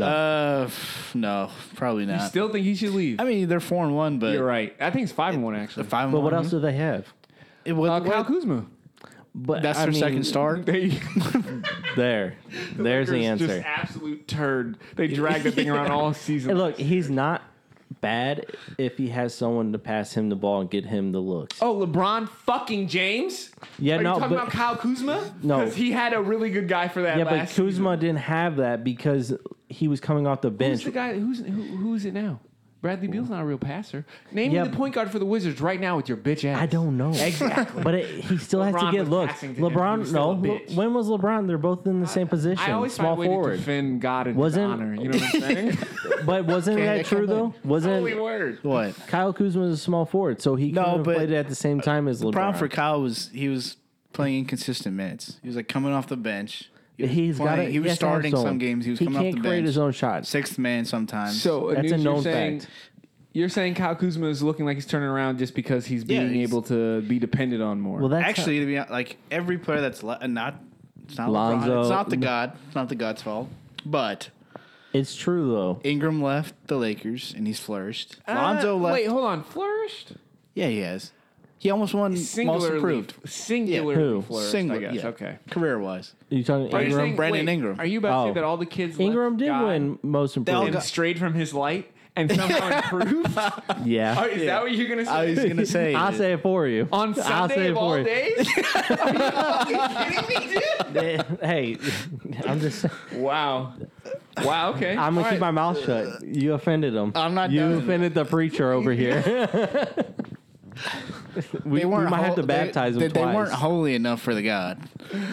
S4: Uh, f- no, probably
S2: You
S4: not.
S2: still think he should leave?
S4: I mean, they're four and one, but
S2: You're right. I think it's five and one actually.
S4: five and
S3: But
S4: one.
S3: what else do they have?
S4: It was,
S2: Uh, Kyle Kuzma.
S3: But
S4: that's
S3: I
S4: their
S3: mean,
S4: second star.
S2: They,
S3: There, there's the
S2: Lakers
S3: answer.
S2: Just absolute turd. They dragged that thing around all season.
S3: And Look, he's not bad if he has someone to pass him the ball and get him the looks.
S2: Oh, LeBron fucking James?
S3: yeah,
S2: Are
S3: no,
S2: you talking
S3: but
S2: about Kyle Kuzma?
S3: No.
S2: Because he had a really good guy for that
S3: yeah, but
S2: last
S3: Kuzma
S2: season.
S3: didn't have that because he was coming off the
S2: Who's
S3: bench.
S2: the guy? Who's, who, who is it now? Bradley Beal's not a real passer. Name
S3: Yeah,
S2: me the point guard for the Wizards right now with your bitch ass.
S3: I don't know.
S2: Exactly.
S3: But it, he still has to
S2: LeBron
S3: get
S2: was
S3: looks.
S2: passing to him. He
S3: LeBron,
S2: was
S3: no.
S2: still a
S3: Le-
S2: bitch.
S3: When was LeBron? They're both in the same position.
S2: I always find
S3: small
S2: a way to
S3: forward.
S2: defend God and
S3: Wasn't-
S2: honor. You know what I'm saying?
S3: But wasn't that
S4: that come
S3: true though? Wasn't
S2: Holy word.
S4: What?
S3: Kyle Kuzma is a small forward, so he
S4: No,
S3: could have
S4: but
S3: played at the same time as LeBron.
S4: The problem for Kyle was he was playing inconsistent minutes. He was like coming off the bench. He was
S3: He's got
S4: playing- He was starting some games. He was coming
S3: can't
S4: off the
S3: create
S4: bench.
S3: his own shots.
S4: Sixth man sometimes.
S2: So Anoush,
S3: That's a known
S2: you're saying,
S3: fact.
S2: You're saying Kyle Kuzma is looking like he's turning around just because he's
S4: Yeah,
S2: being
S4: he's-
S2: able to be depended on more.
S3: Well, that's how-
S4: actually, to be honest, like every player that's le- uh, not, it's not
S3: Lonzo.
S4: LeBron. It's not the god. It's not the god's fault. But
S3: it's true though.
S4: Ingram left the Lakers and he's flourished.
S2: Uh,
S4: Lonzo left.
S2: Wait, hold on. Flourished?
S4: Yeah, he has. He almost won most
S2: Singularly.
S4: improved.
S2: Singularly
S3: Yeah. Who?
S2: flourished, I
S4: Single,
S2: guess.
S4: yeah.
S2: Okay.
S4: Career wise,
S3: You talking
S2: Are you
S3: Ingram?
S2: saying-
S4: Brandon Ingram. Oh,
S2: Are you about to
S3: Oh.
S2: say that all the kids?
S3: Ingram
S2: left
S3: did
S2: God
S3: win most
S4: all
S3: improved.
S2: and strayed from his light and somehow improved. Are-
S3: yeah.
S2: Is that what you're gonna say?
S4: I was gonna say
S3: I'll say it for you.
S2: on
S3: I'll say
S2: Sunday
S3: it
S2: of
S3: for
S2: all
S3: you.
S2: days? Are you fucking kidding me, dude?
S3: hey, I'm just.
S2: Wow. Wow. Okay.
S3: I'm
S2: All
S3: gonna keep
S2: right.
S3: my mouth shut. You offended him.
S4: I'm not
S3: You
S4: done.
S3: offended the preacher over here. we, we might have to
S4: hol-
S3: baptize
S4: they,
S3: him
S4: they,
S3: twice.
S4: They weren't holy enough for the God,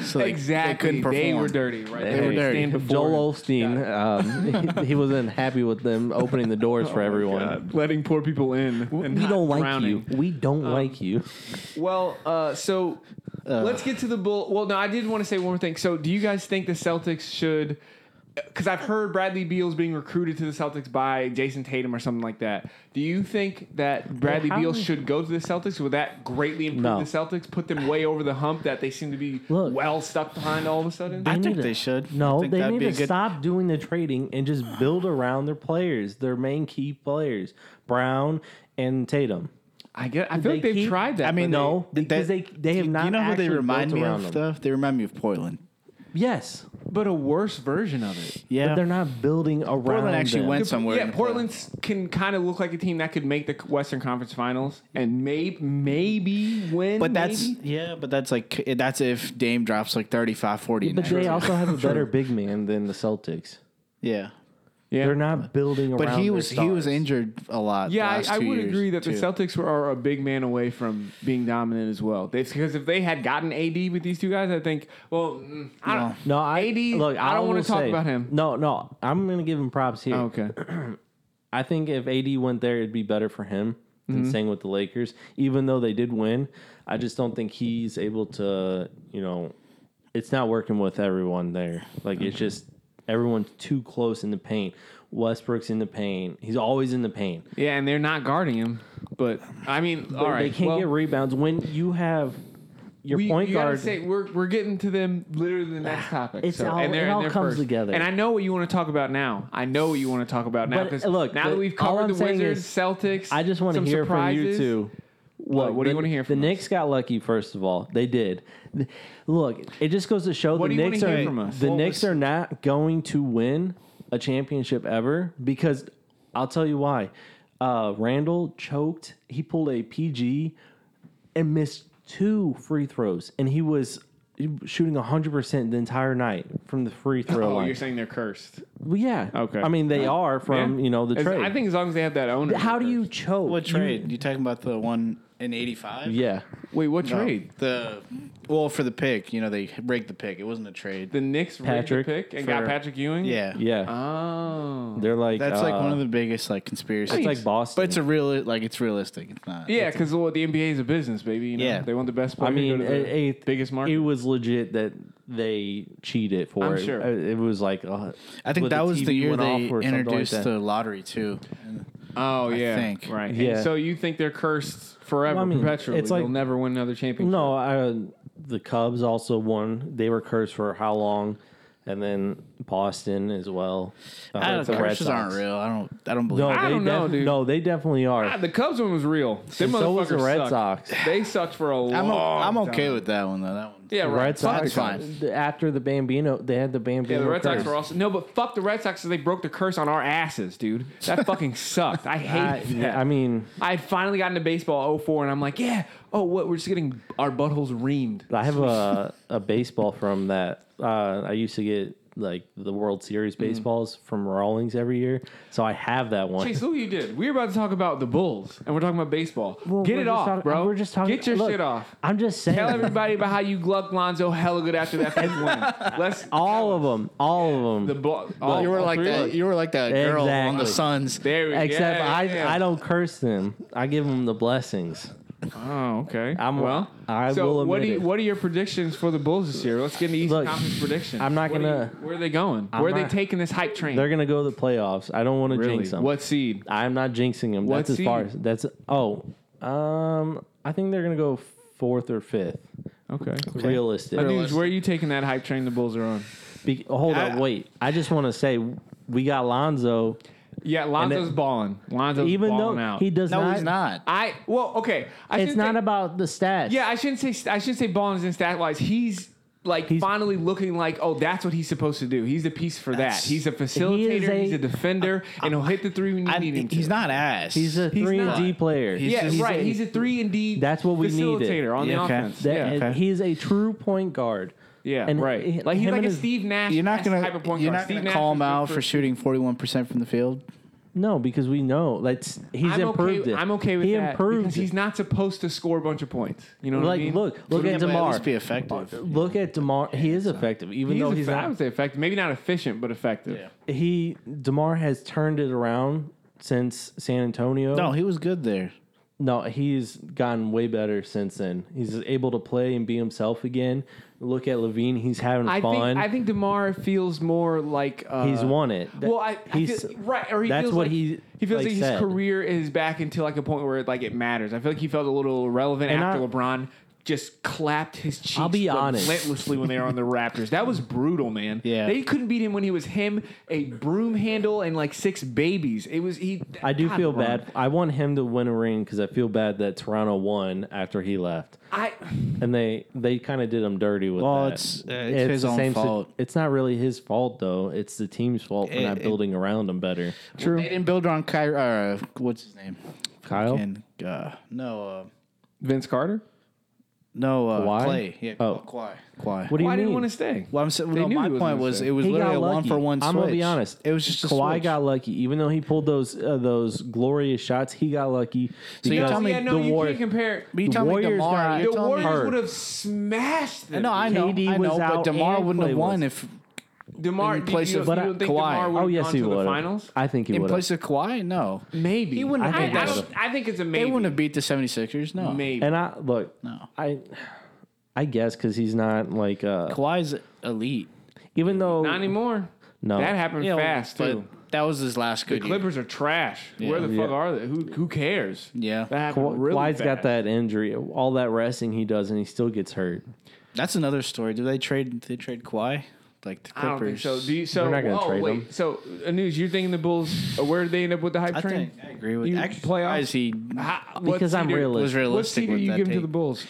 S4: so they,
S2: Exactly.
S4: They couldn't perform.
S2: were dirty, right?
S4: They were
S2: Hey,
S4: dirty.
S2: stand before
S3: Joel
S2: him.
S3: Olstein, um, he, he wasn't happy with them opening the doors for everyone.
S2: Oh God, letting poor people in. And
S3: We
S2: not
S3: don't like
S2: drowning.
S3: you. We don't
S4: Um,
S3: like you.
S2: Well, uh, so let's get to the bull. Well, no, I did want to say one more thing. So, do you guys think the Celtics should because I've heard Bradley Beal's being recruited to the Celtics by Jason Tatum or something like that. Do you think that Bradley
S3: how-
S2: Beal should go to the Celtics? Would that greatly improve
S3: No.
S2: the Celtics, put them way over the hump that they seem to be
S3: Look.
S2: well stuck behind all of a sudden?
S4: I
S3: They
S4: think
S3: need to-
S4: they should. I
S3: No,
S4: think
S3: they
S4: that'd
S3: need
S4: be
S3: to
S4: a good-
S3: stop doing the trading and just build around their players, their main key players, Brown and Tatum.
S2: I get. I feel like they've
S3: keep-
S2: tried that.
S4: I mean,
S2: but they-
S3: No, because they- they have
S4: do You
S3: not
S4: know who
S3: actually
S4: they remind
S3: built
S4: me
S3: around
S4: of?
S3: them.
S4: Though they remind me of Portland.
S3: Yes,
S2: but a worse version of it.
S4: Yeah,
S3: but they're not building around.
S4: Portland actually
S3: them.
S4: went somewhere. in
S2: Yeah,
S4: the playoffs.
S2: Portland can kind of look like a team that could make the Western Conference Finals and maybe maybe win.
S4: But that's
S2: maybe?
S4: yeah, but that's like that's if Dame drops like 35, 40.
S3: But
S4: tonight.
S3: they also have a better big man than the Celtics.
S4: yeah.
S2: yeah.
S3: They're not building around.
S4: But he
S3: their
S4: was he was
S3: stars.
S4: injured a lot. the
S2: Yeah, I,
S4: last
S2: I
S4: two
S2: would
S4: years,
S2: agree that the
S4: too.
S2: Celtics were, are a big man away from being dominant as well. They, because if they had gotten AD with these two guys, I think. Well, mm, I don't.
S3: No, I
S2: AD,
S3: look.
S2: I
S3: I,
S2: don't wanna
S3: will
S2: talk
S3: say-
S2: about him.
S3: No, no. I'm gonna give him props here.
S2: Oh, okay.
S3: I think if AD went there, it'd be better for him than
S2: Mm-hmm.
S3: staying with the Lakers. Even though they did win, I just don't think he's able to. You know, it's not working with everyone there. Like it's just everyone's too close in the paint. Westbrook's in the paint. He's always in the paint.
S2: Yeah, and they're not guarding him. But I mean, all right.
S3: They can't
S2: well,
S3: get rebounds when you have your
S2: we,
S3: point
S2: you gotta
S3: guard.
S2: Say, we're we're getting to them literally the next topic.
S3: It's
S2: so,
S3: all-
S2: and they're,
S3: it
S2: and
S3: all
S2: they're
S3: comes
S2: first.
S3: together.
S2: And I know what you want to talk about now. I know what you want to talk about now
S3: But,
S2: because
S3: look,
S2: now
S3: the-
S2: that we've
S3: all
S2: covered
S3: I'm
S2: the
S3: saying
S2: Wizards,
S3: is,
S2: Celtics,
S3: I just want to
S2: some
S3: hear
S2: surprises.
S3: from you too. Look,
S2: what do you
S3: the-
S2: wanna hear
S3: The
S2: from us?
S3: Knicks got lucky, first of all. They did. Th- Look, it just goes to show
S2: What do
S3: the
S2: you wanna
S3: Knicks
S2: hear
S3: are
S2: from us?
S3: the
S4: What
S3: Knicks
S4: was-
S3: are not going to win a championship ever because I'll tell you why. Uh, Randall choked. He pulled a PG and missed two free throws, and he was shooting 100% the entire night from the free throw
S2: Oh,
S3: line.
S2: you're saying they're cursed.
S3: Well, yeah.
S2: Okay. Uh,
S3: I mean, they are from
S2: Yeah.
S3: you know the
S2: As-
S3: trade.
S2: I think as long as they have that owner.
S3: How do
S2: they're
S3: you
S2: cursed.
S3: choke?
S4: What
S3: You-
S4: trade? You talking about the one in eighty five?
S3: yeah.
S2: Wait, what trade?
S4: The well for the pick, you know they rigged the pick. It wasn't a trade.
S2: The Knicks Patrick
S3: Patrick
S2: the pick and got
S3: for-
S2: Patrick Ewing.
S4: yeah,
S3: Yeah.
S2: Oh.
S3: They're like
S4: That's like one
S3: uh,
S4: of the biggest like conspiracies.
S3: It's like Boston.
S4: but it's a real like it's realistic. It's not.
S2: Yeah, because well, the NBA is a business, baby. You know?
S4: Yeah.
S2: they want the best player.
S3: I mean,
S2: to go to the
S3: a,
S2: biggest market.
S3: It was legit that they cheated for
S2: I'm
S3: it.
S2: sure.
S3: Uh, It was like uh,
S4: I think
S3: when
S4: that was
S3: TV
S4: the year
S3: went off
S4: they
S3: or something like
S4: introduced
S3: that.
S4: the lottery too.
S2: oh yeah,
S4: think.
S2: right. And
S3: Yeah.
S2: so you think they're cursed forever,
S3: Well, I mean,
S2: perpetually?
S3: it's like-
S2: They'll never win another championship.
S3: No, I, uh, the Cubs also won. They were cursed for how long, and then Boston as well. Uh,
S4: I don't,
S3: the Red
S4: curses aren't
S3: Sox.
S4: real. I don't. I don't believe.
S3: No,
S4: it.
S2: I
S3: they
S2: don't know,
S3: def-
S2: dude.
S3: No, they definitely are.
S2: Ah, the Cubs one was real. Them
S3: And so
S2: motherfuckers
S3: was the Red
S2: sucked.
S3: Sox.
S2: They sucked for a
S4: I'm,
S2: long.
S4: o- I'm okay
S2: time.
S4: with that one though. That one.
S2: Yeah,
S3: The
S2: right.
S3: Red Sox.
S4: That's fine.
S3: the- After the Bambino, they had the
S2: Yeah,
S3: Bambino.
S2: the Red Sox
S3: curse.
S2: were also no, but fuck the Red Sox 'cause they broke the curse on our asses, dude. That fucking sucked. I hate
S3: I,
S2: that.
S3: yeah, I mean,
S2: I had finally gotten to baseball 04 and I'm like, yeah, oh, what? We're just getting our buttholes reamed.
S3: I have a, a baseball from that. Uh, I used to get like the World Series
S2: Mm-hmm.
S3: baseballs from Rawlings every year, so I have that one.
S2: Chase, look what you did. We were about to talk about the Bulls and we're talking about baseball.
S3: Well,
S2: Get
S3: we're
S2: it
S3: just
S2: off,
S3: talking-
S2: bro.
S3: We're just talking.
S2: Get your
S3: look,
S2: shit off.
S3: I'm just saying.
S2: Tell everybody about how you gloved Lonzo hella good after that fifth win. Let's
S3: all of them. All of
S2: the
S3: them.
S2: ball. all-
S4: you were
S2: all
S4: like
S2: three of
S4: that.
S2: them.
S4: You were like that girl on the
S3: Oh, Exactly.
S4: Suns.
S2: There we go.
S3: Except
S2: Yeah,
S3: I,
S2: yeah.
S3: I don't curse them. I give them the blessings.
S2: Oh, okay.
S3: I'm-
S2: well.
S3: I
S2: so
S3: will
S2: what
S3: admit
S2: do you,
S3: it.
S2: what are your predictions for the Bulls this year? Let's get into East
S3: Look,
S2: Conference predictions.
S3: I'm not
S2: What do
S3: gonna-
S2: you- where are they going?
S3: I'm
S2: where are they
S3: not-
S2: taking this hype train?
S3: They're gonna go to the playoffs. I don't want to
S2: really.
S3: jinx them.
S2: What seed?
S3: I'm not jinxing them.
S2: What
S3: That's as far
S2: seed?
S3: as that's. Oh, um, I think they're gonna go fourth or fifth.
S2: Okay.
S3: Realistic.
S2: Dudes, where are you taking that hype train the Bulls are on?
S3: Be- hold
S4: I-
S3: on, wait. I just want to say we got Lonzo,
S2: Yeah, Lonzo's
S3: it-
S2: balling. Lonzo's
S3: even
S2: balling
S3: though
S2: out.
S3: he does
S4: No,
S3: not.
S4: he's not.
S2: I well, okay. I
S3: It's
S2: shouldn't
S3: not
S2: say,
S3: about the stats.
S2: Yeah, I shouldn't say. st- I shouldn't say balling is in stat wise. He's like
S3: He's-
S2: finally looking like, oh, that's what he's supposed to do. He's the piece for that.
S4: That's-
S2: He's a facilitator.
S3: He is a-
S2: he's a defender, and he'll hit the three when you
S4: I,
S2: need him.
S4: he's
S2: to.
S4: not ass.
S3: he's a
S2: He's
S3: three
S2: not.
S3: and D player.
S4: He's
S2: Yeah,
S4: just-
S2: right.
S4: he's
S2: He's a three and D.
S3: That's what we needed.
S2: Facilitator on the
S4: Yeah, okay.
S2: offense.
S3: That-
S2: yeah,
S3: and
S4: okay.
S3: He's a true point guard.
S2: yeah,
S3: and
S2: right.
S3: he-
S2: like he's
S3: him
S2: like
S3: and
S2: a
S3: his-
S2: Steve Nash.
S4: You're not gonna.
S2: type of point
S4: you're
S2: guard.
S4: not
S2: Steve
S4: gonna
S2: Nash
S4: call
S2: was
S4: him
S2: good
S4: out for
S2: a-
S4: shooting 41 percent from the field.
S3: No, because we know that's he's
S2: I'm
S3: improved
S2: okay,
S3: it.
S2: I'm okay with
S3: he
S2: that
S3: improved
S2: because
S3: it.
S2: he's not supposed to score a bunch of points. You know what
S3: like
S2: I mean?
S3: look, look
S4: Yeah,
S3: at
S4: but at
S3: Demar.
S4: least be effective.
S3: Look at Demar. He is effective, even
S2: He's
S3: though
S2: a-
S3: he's
S2: I would
S3: not.
S2: say effective. Maybe not efficient, but effective.
S4: Yeah.
S3: He Demar has turned it around since San Antonio.
S4: No, he was good there.
S3: No, he's gotten way better since then. He's able to play and be himself again. Look at Levine; he's having
S2: I
S3: fun.
S2: think I think Demar feels more like uh,
S3: he's won it. That-
S2: well, I, I
S3: he's
S2: feel- right, or he
S3: that's
S2: feels
S3: what
S2: like,
S3: he,
S2: he feels like,
S3: like,
S2: his
S3: said.
S2: career is back until like a point where like it matters. I feel like he felt a little irrelevant
S3: And
S2: after
S3: I-
S2: LeBron just clapped his cheeks
S3: I'll be honest.
S2: relentlessly when they were on the Raptors. That was brutal, man.
S4: Yeah.
S2: they couldn't beat him when he was him, a broom handle, and like six babies. It was he.
S3: I do
S2: God,
S3: feel
S2: LeBron.
S3: bad. I want him to win a ring because I feel bad that Toronto won after he left,
S2: I
S3: and they they kind of did him dirty with
S4: Well,
S3: that.
S4: it's- uh, it's his
S3: the
S4: own
S3: same si-
S4: fault.
S3: it's not really his fault though. It's the team's fault for
S4: It-
S3: not
S4: it-
S3: building around him better.
S4: True. They didn't build on Kyrie. Uh, what's his name?
S3: Kyle,
S4: And uh, no, uh,
S2: Vince Carter.
S4: no, uh,
S3: Kawhi?
S4: Clay. Yeah,
S3: Oh.
S4: Kawhi. Kawhi.
S3: what do you
S2: Why
S3: mean?
S2: didn't want to stay?
S4: Well, I'm sa- no,
S2: knew
S4: my
S2: he was
S4: point
S2: gonna
S4: was
S2: say.
S4: it was
S3: He
S4: literally
S3: got
S4: a
S3: lucky.
S4: one for one. Switch.
S3: I'm gonna be honest.
S4: It was just a
S3: Kawhi
S4: switch.
S3: got lucky, even though he pulled those uh, those glorious shots. He got lucky.
S4: you're
S3: because
S4: telling me
S2: yeah, no,
S3: the
S2: you
S3: Warriors-
S2: can't compare.
S4: But you
S3: The
S4: tell me
S3: Warriors
S4: DeMar,
S3: got-
S4: you're
S2: The
S4: telling me-
S2: Warriors would have smashed them.
S4: No, I know,
S3: KD
S4: I know,
S3: was
S4: but
S3: out
S4: DeMar
S3: and
S4: wouldn't
S3: Clay
S4: have won
S3: was.
S4: if
S2: Demar,
S4: In
S2: did
S4: place
S2: you,
S4: of
S2: you
S3: But I-
S2: don't think
S4: Kawhi.
S2: Demar would
S3: Oh yes, he
S2: to the
S3: would.
S2: finals?
S3: I think he
S4: in
S3: would.
S4: place of Kawhi. No,
S2: Maybe he
S4: wouldn't have
S2: I,
S4: made
S2: I,
S4: that
S2: don't- I think it's a maybe.
S4: they wouldn't have beat the 76ers. No,
S2: Maybe.
S3: And I look,
S4: No.
S3: I, I guess because he's not like, uh,
S4: Kawhi's elite.
S3: even though
S2: Not anymore.
S3: No.
S2: that happened
S4: Yeah,
S2: fast
S4: but
S2: too.
S4: That was his last good year.
S2: Clippers are trash. Where the fuck
S3: Yeah.
S2: are they? Who who cares?
S4: Yeah.
S2: that happened
S3: Kawhi-
S2: really
S3: Kawhi's got
S2: fast.
S3: that injury, all that resting he does, and he still gets hurt.
S4: That's another story. Do they trade? Did they trade Kawhi? Like the Clippers?
S2: I don't think so. Do you, so
S3: They're not gonna
S2: oh,
S3: trade
S2: wait.
S3: him.
S2: So uh, news, you're thinking the Bulls? uh, Where did they end up with the hype
S4: I
S2: train?
S4: think I agree with
S2: You
S4: that.
S2: playoffs?
S4: As he
S2: How- what
S3: Because I'm
S2: seed are-
S3: realistic.
S4: was
S2: What
S4: realistic
S2: seed are
S4: with
S2: you
S4: that
S2: giving to
S4: take.
S2: the Bulls?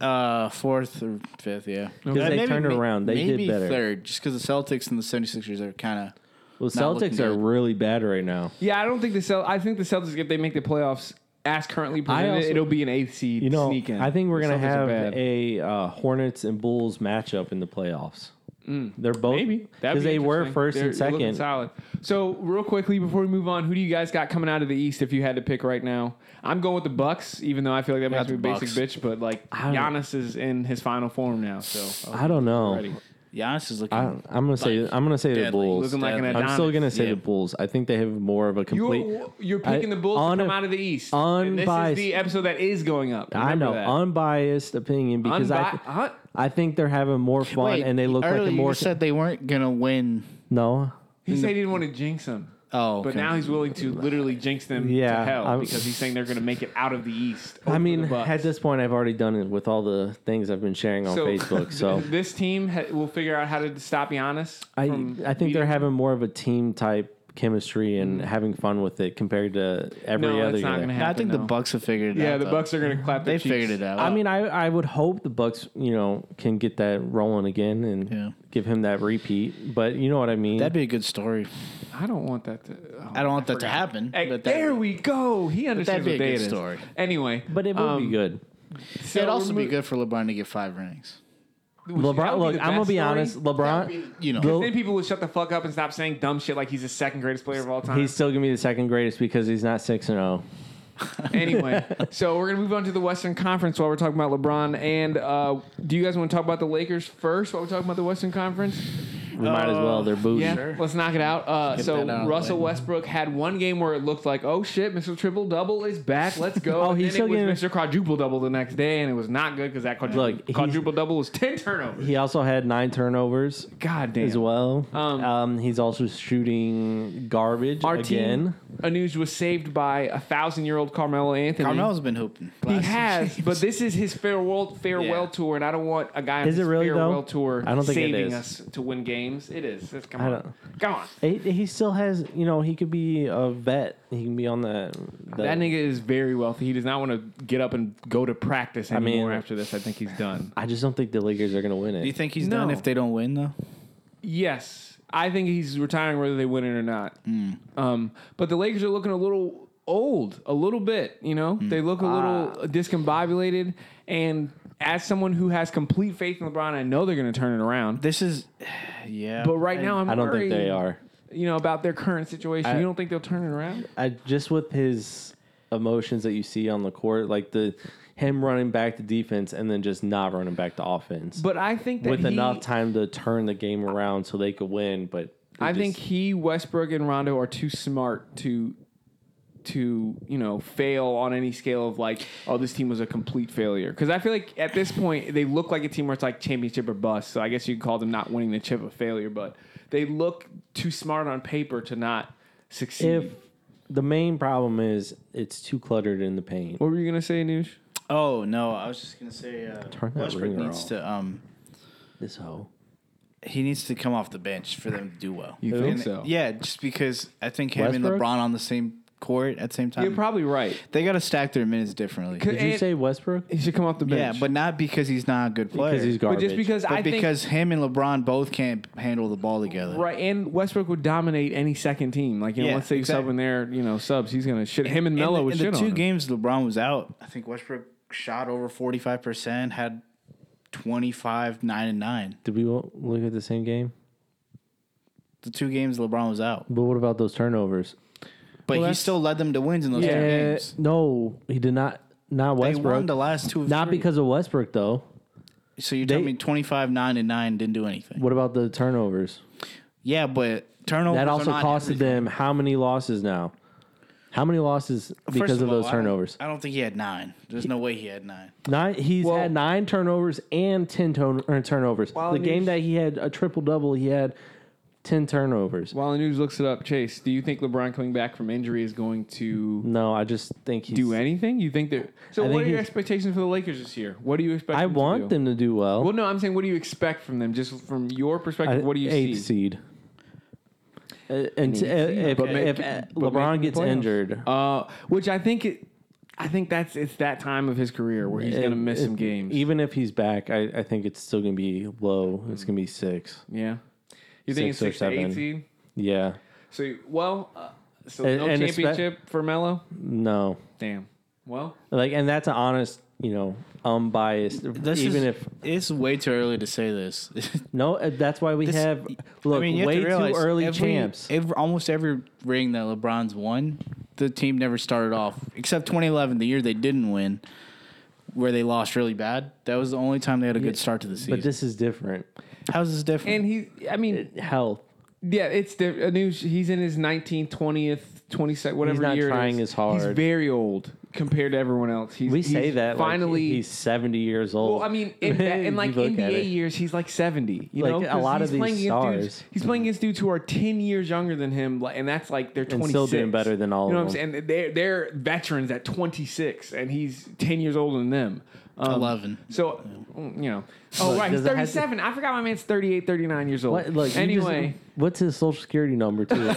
S4: Uh, fourth or fifth, yeah.
S3: Because
S4: Uh,
S3: they turned
S4: ma-
S3: around. They did
S4: maybe
S3: better.
S4: third, just because the Celtics and the 76ers are kind
S3: Well,
S4: Not looking
S3: Celtics are
S4: good.
S3: really bad right now.
S2: Yeah, I don't think the Cel- I think the Celtics if they make the playoffs as currently
S3: I
S2: presented,
S3: also-
S2: it'll be an eighth seed.
S3: You know,
S2: sneak in.
S3: I think we're
S2: The
S3: gonna
S2: Celtics are
S3: have
S2: bad.
S3: a uh, Hornets and Bulls matchup in the playoffs. They're both
S2: Mm. Maybe
S3: because they were
S2: interesting.
S3: 1st
S2: They're
S3: and
S2: looking
S3: second.
S2: Solid. So real quickly before we move on, who do you guys got coming out of the East if you had to pick right now? I'm going with the Bucks, even though I feel like that makes
S4: the
S2: me a basic
S4: Bucks.
S2: bitch. But like
S3: I don't-
S2: Giannis is in his final form now, so
S3: I don't know.
S2: Ready.
S4: of Giannis is looking.
S3: I, I'm gonna say I'm gonna say the
S4: deadly.
S3: Bulls.
S2: Looking like an
S3: I'm still
S2: Adonis.
S3: gonna say
S4: Yeah.
S3: the Bulls. I think they have more of a complete.
S2: You're, you're picking
S3: I-
S2: the Bulls
S3: on
S2: to come
S3: a-
S2: out of the East. And
S3: unbiased-
S2: this is the episode that is going up.
S3: I
S2: Remember
S3: know
S2: that.
S3: unbiased opinion because I
S2: Unbi- huh?
S3: I think they're having more fun
S4: Wait,
S3: and they look like
S4: earlier
S3: a
S4: you
S3: more
S4: said they weren't gonna win.
S3: no.
S2: He said he didn't want to jinx them.
S4: Oh,
S2: But
S4: okay.
S2: now he's willing to literally jinx them to
S3: Yeah,
S2: hell
S3: I'm-
S2: because he's saying they're going to make it out of the East.
S3: I
S2: over
S3: mean,
S2: the Bucks.
S3: at this point, I've already done it with all the things I've been sharing on Facebook. So
S2: this team ha- will figure out how to stop Giannis.
S3: I
S2: from
S3: I think
S2: beating-
S3: they're having more of a team type chemistry and having fun with it compared to every
S2: Mm-hmm. No,
S3: other.
S2: that's not
S3: year.
S2: gonna
S4: I
S2: happen,
S4: think the
S2: though.
S4: Bucks have figured it out.
S2: Yeah, the
S4: though.
S2: Bucks are going to clap. Their
S4: They figured
S2: cheeks.
S4: it out.
S3: I mean, I, I would hope the Bucks, you know, can get that rolling again and
S4: Yeah.
S3: give him that repeat. But you know what I mean.
S4: that'd be a good story.
S2: I don't want that to. oh,
S4: I don't want that to
S2: forgot.
S4: happen.
S2: Hey,
S4: but that,
S2: there we go. He understands
S4: be a
S2: what day it
S4: good
S2: is.
S4: story.
S2: Anyway, um,
S3: but it would be good.
S2: so
S4: it'd also
S2: we're
S4: be
S2: mo-
S4: good for LeBron to get five rings.
S2: Which- that would
S3: LeBron, look,
S2: the
S3: I'm gonna
S2: best
S3: be
S2: story.
S3: honest. LeBron,
S4: You know,
S3: Bill-
S2: Then people would shut the fuck up and stop saying dumb shit like he's the second greatest player of all time.
S3: he's still gonna be the second greatest because he's not six and oh. zero.
S2: Anyway, so we're gonna move on to the Western Conference while we're talking about LeBron. And uh, do you guys want to talk about the Lakers first while we're talking about the Western Conference?
S3: We might as well. They're booty.
S2: Yeah,
S4: Sure.
S2: let's knock it out. Uh,
S4: Get
S2: so
S4: that out of the
S2: Russell
S4: way.
S2: Westbrook had one game where it looked like, oh shit, Mr. Triple Double is back. Let's go.
S3: Oh,
S2: And
S3: he's
S2: then it
S3: still
S2: was Mr. Quadruple Double the next day, and it was not good because that quadruple,
S3: Look, he's-
S2: quadruple double was ten turnovers.
S3: He also had nine turnovers
S2: God damn.
S3: as well.
S2: Um,
S3: Um, he's also shooting garbage
S2: Our
S3: again.
S2: team, Anuj, was saved by a thousand-year-old Carmelo Anthony.
S4: Carmelo's been hooping.
S2: he
S4: last two
S2: has,
S4: games.
S2: but this is his farewell farewell
S4: Yeah.
S2: tour, and I don't want a guy on
S3: Is
S2: his
S3: it really, though?
S2: farewell tour
S3: I don't think it
S2: saving
S3: is.
S2: us to win games. It is. It's, come
S3: I
S2: on,
S3: don't-
S2: come on.
S3: He, he still has, you know, he could be a vet. He can be on the. the
S2: That nigga is very wealthy. He does not want to get up and go to practice
S3: mean-
S2: anymore after this. I think he's done.
S3: I just don't think the Lakers are gonna win
S4: Do you
S3: it.
S4: think he's
S2: No.
S4: done if they don't win though?
S2: Yes, I think he's retiring whether they win it or not.
S3: Mm.
S2: Um, but the Lakers are looking a little old, a little bit. You know,
S3: Mm.
S2: they look a
S3: Ah.
S2: little discombobulated. And as someone who has complete faith in LeBron, I know they're going to turn it around.
S4: This is, yeah.
S2: But right
S4: I-
S2: now, I'm
S3: I don't
S2: worried,
S3: think they are.
S2: You know about their current situation. you don't think they'll turn it around?
S3: I just with his emotions that you see on the court, like the him running back to defense and then just not running back to offense
S2: But I think that
S3: with
S2: he,
S3: enough time to turn the game around so they could win. But they
S2: I
S3: just-
S2: think he, Westbrook, and Rondo are too smart to to you know fail on any scale of like oh this team was a complete failure because I feel like at this point they look like a team where it's like championship or bust so I guess you could call them not winning the chip a failure but they look too smart on paper to not succeed.
S3: If the main problem is it's too cluttered in the paint.
S2: what were you gonna say, Noosh?
S4: Oh no, I was just gonna say uh,
S3: Turn that
S4: Westbrook
S3: ringer
S4: needs
S3: off.
S4: to um
S3: This hoe.
S4: he needs to come off the bench for them to do well.
S2: You
S3: Who?
S2: think so?
S4: Yeah, just because I think him
S3: Westbrook?
S4: and LeBron on the same court at the same time.
S2: You're probably right.
S4: they got to stack their minutes differently.
S2: Could-
S3: Did you
S2: And-
S3: say Westbrook?
S2: He should come off the
S4: Yeah,
S2: bench.
S4: but not because he's not a good player.
S3: Because he's
S2: but
S3: garbage.
S2: just because
S4: but
S2: I think
S4: because him and LeBron both can't handle the ball together.
S2: Right, and Westbrook would dominate any second team. Like you know,
S4: Yeah,
S2: once they sub
S4: exactly.
S2: in their you know subs, he's gonna shit him and Melo
S4: in the,
S2: would
S4: in
S2: shit
S4: the
S2: on
S4: two
S2: him.
S4: games LeBron was out, I think Westbrook shot over forty five percent, had 25, 9, and nine.
S3: Did we all look at the same game?
S4: The two games LeBron was out,
S3: But what about those turnovers?
S4: but he
S2: that's-
S4: still led them to wins in those two
S3: Eh,
S4: games.
S3: no, he did not. Not
S4: They won
S3: Westbrook.
S4: the last two. Of
S3: Not
S4: three.
S3: because of Westbrook though.
S4: So you're telling
S3: they-
S4: me 25, 9, and nine didn't do anything?
S3: What about the turnovers?
S4: Yeah, but turnovers.
S3: That
S4: are
S3: also
S4: not
S3: costed
S4: everything.
S3: them how many losses now? How many losses
S4: First
S3: because of,
S4: all,
S3: those
S4: I don't-
S3: turnovers?
S4: I don't, think he had nine. There's no way he had nine.
S3: Nine. He's
S2: Well-
S3: had nine turnovers and ten ton- er, turnovers.
S2: Well,
S3: the
S2: I mean-
S3: game that he had a triple double, he had ten turnovers.
S2: While the news looks it up, Chase, do you think LeBron coming back from injury is going to
S3: No, I just think he's.
S2: do anything? You think that? So,
S3: I
S2: what
S3: think
S2: are your
S3: he's-
S2: expectations for the Lakers this year? What do you expect?
S3: I
S2: them to
S3: want
S2: do?
S3: them to do well.
S2: Well, no, I'm saying, what do you expect from them? Just from your
S3: I-
S2: perspective, what do you
S3: eighth
S2: see?
S3: seed. Uh, and t- if,
S2: But make-
S3: if, uh,
S2: but
S3: LeBron
S2: making
S3: gets
S2: the playoffs.
S3: injured,
S2: Uh, which I think, it, I think that's it's that time of his career where he's
S3: if-
S2: gonna miss
S3: if-
S2: some games.
S3: Even if he's back, I, I think it's still gonna be low. It's gonna be six.
S2: yeah, you think it's
S3: Six
S2: six
S3: or
S2: to eight
S3: seven.
S2: seed?
S3: Yeah.
S2: So, you- well, uh, so
S3: And-
S2: no
S3: and espe-
S2: championship for Melo.
S3: No.
S2: Damn. Well,
S3: Like, and that's an honest, you know, unbiased.
S4: This
S3: even
S4: is-
S3: if
S4: It's way too early to say this.
S3: No, uh, that's why we
S4: This-
S3: have look
S4: you have
S3: way
S4: to realize
S3: too early
S4: every-
S3: champs.
S4: every- almost every ring that LeBron's won, the team never started off except 2011, the year they didn't win, where they lost really bad. That was the only time they had a good start to the season.
S3: but this is different.
S4: How's this different?
S2: and he, I mean,
S3: Health.
S2: yeah, it's different. He's in his 19th, 20th, 22nd, whatever
S3: not
S2: year it
S3: trying
S2: is.
S3: as hard.
S2: He's very old compared to everyone else. He's,
S3: We
S2: he's
S3: say that like,
S2: finally.
S3: he's seventy years old.
S2: well, I mean, in, that- in
S3: You
S2: like
S3: look at it.
S2: NBA years, he's like 70. You
S3: Like,
S2: know,
S3: a
S2: 'Cause
S3: lot
S2: he's
S3: of these
S2: playing against Dudes,
S3: stars-
S2: he's playing against dudes who are 10 years younger than him, like, and that's like they're 26.
S3: still doing better than all
S2: You know
S3: of
S2: what I'm saying? They're they're veterans at 26, and he's 10 years older than them. Um,
S4: 11.
S2: So, you know. Oh,
S3: Look,
S2: right. He's
S3: does it have to-
S2: 37. I forgot my man's 38, 39 years old.
S3: What- look, you just-
S2: anyway,
S3: what's his social security number too?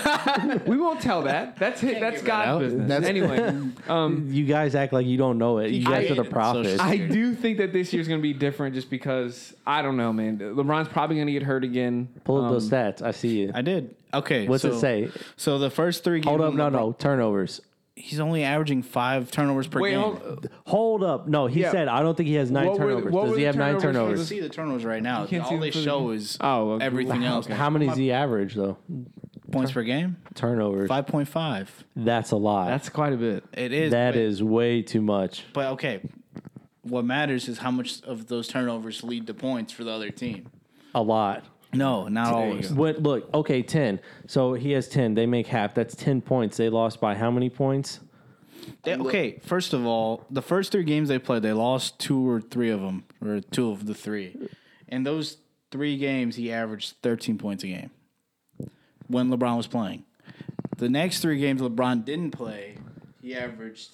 S2: we won't tell that. That's his, that's
S4: out.
S2: God's business.
S4: That's-
S2: anyway, um,
S3: you guys act like you don't know it. You guys
S4: I-
S3: are the prophets.
S4: Social-
S2: I do think that this year's going to be different just because, I don't know, man. LeBron's probably going to get hurt again.
S3: Pull up those
S2: Um,
S3: stats. I see you.
S4: I did. Okay.
S3: What's it
S4: so-
S3: say?
S4: So the first three games.
S3: Hold up,
S4: when
S3: no,
S4: LeBron-
S3: no turnovers.
S4: He's only averaging five turnovers per
S2: Wait,
S4: game.
S2: hold,
S3: Hold up, no. He
S2: Yeah.
S3: said I don't think he has nine
S2: What were the-
S3: turnovers.
S2: what
S3: Does
S2: were
S3: he
S2: the
S3: have nine
S2: turnovers for
S4: You
S3: turnovers?
S4: see the turnovers right now.
S2: can't see
S4: All
S2: them
S4: they
S2: for the-
S4: show is
S2: Oh, okay.
S4: everything else.
S3: How many does he average though?
S4: points per game?
S3: Turnovers.
S4: Five point five.
S3: That's a lot.
S2: that's quite a bit.
S4: It is.
S3: that
S4: but-
S3: is way too much.
S4: But okay, what matters is how much of those turnovers lead to points for the other team.
S3: A lot.
S4: No, not always.
S3: What look, okay, ten. So he has ten. They make half. That's ten points. They lost by how many points?
S4: They- okay, first of all, the first three games they played, they lost two or three of them, or two of the three. And those three games, he averaged 13 points a game when LeBron was playing. The next three games LeBron didn't play, he averaged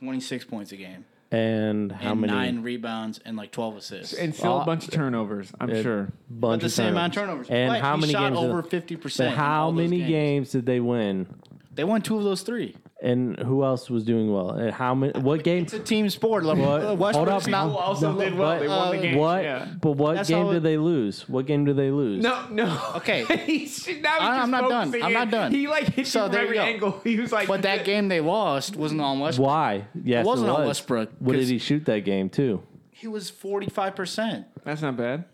S4: 26 points a game,
S3: And how
S4: and
S3: many
S4: nine rebounds, and like 12 assists.
S2: And still
S3: Uh,
S2: a bunch of turnovers, I'm sure.
S3: bunch
S4: but the
S3: of
S4: same amount
S3: turnovers.
S4: of turnovers.
S3: And
S4: But
S3: how
S4: he
S3: many
S4: shot
S3: games? did-
S4: over 50%.
S3: but
S4: in
S3: how
S4: all those
S3: many
S4: games.
S3: games. did they win?
S4: They won two of those three.
S3: And who else was doing well? And how many? What game?
S4: It's a team sport. Like,
S3: What?
S4: uh,
S3: Hold
S4: Westbrook's
S3: up.
S4: not
S2: also did well.
S3: They
S4: won the game.
S3: What? But what
S4: That's
S3: game
S4: how
S3: did
S4: it-
S3: they lose? What game do they lose?
S2: No, no.
S4: Okay.
S2: he should, now he
S4: I-
S2: just
S4: I'm not done.
S2: focusing
S4: I'm
S2: in.
S4: not done.
S2: He like hit
S4: So
S2: you from
S4: there you
S2: every
S4: go.
S2: angle. He was like,
S4: But that game they lost wasn't on Westbrook.
S3: Why? Yes, it
S4: wasn't on
S3: was.
S4: Westbrook,
S3: What
S4: 'cause-
S3: did he shoot that game too?
S4: He was 45%,
S2: That's not bad.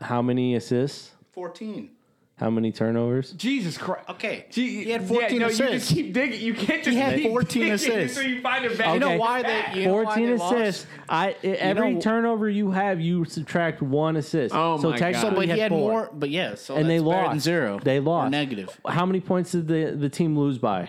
S3: How many assists?
S4: 14.
S3: How many turnovers?
S2: Jesus Christ.
S4: Okay.
S2: Gee,
S4: he had
S2: yeah,
S4: 14
S2: no, You
S4: assists.
S2: just keep digging. You can't just
S4: He had
S2: keep
S4: 14
S2: digging
S4: assists.
S2: until you find a bad.
S4: You know
S3: Okay.
S4: why they you know why
S3: 14
S4: they lost?
S3: assists. I e, every
S4: know-
S3: turnover you have, you subtract one assist.
S2: Oh
S3: so
S2: my
S3: technically
S2: God.
S4: But he had
S3: four.
S4: more. But yeah, so
S3: and they
S4: that's better
S3: lost
S4: than zero.
S3: They
S4: Or
S3: lost
S4: negative.
S3: How many points did the the team lose by?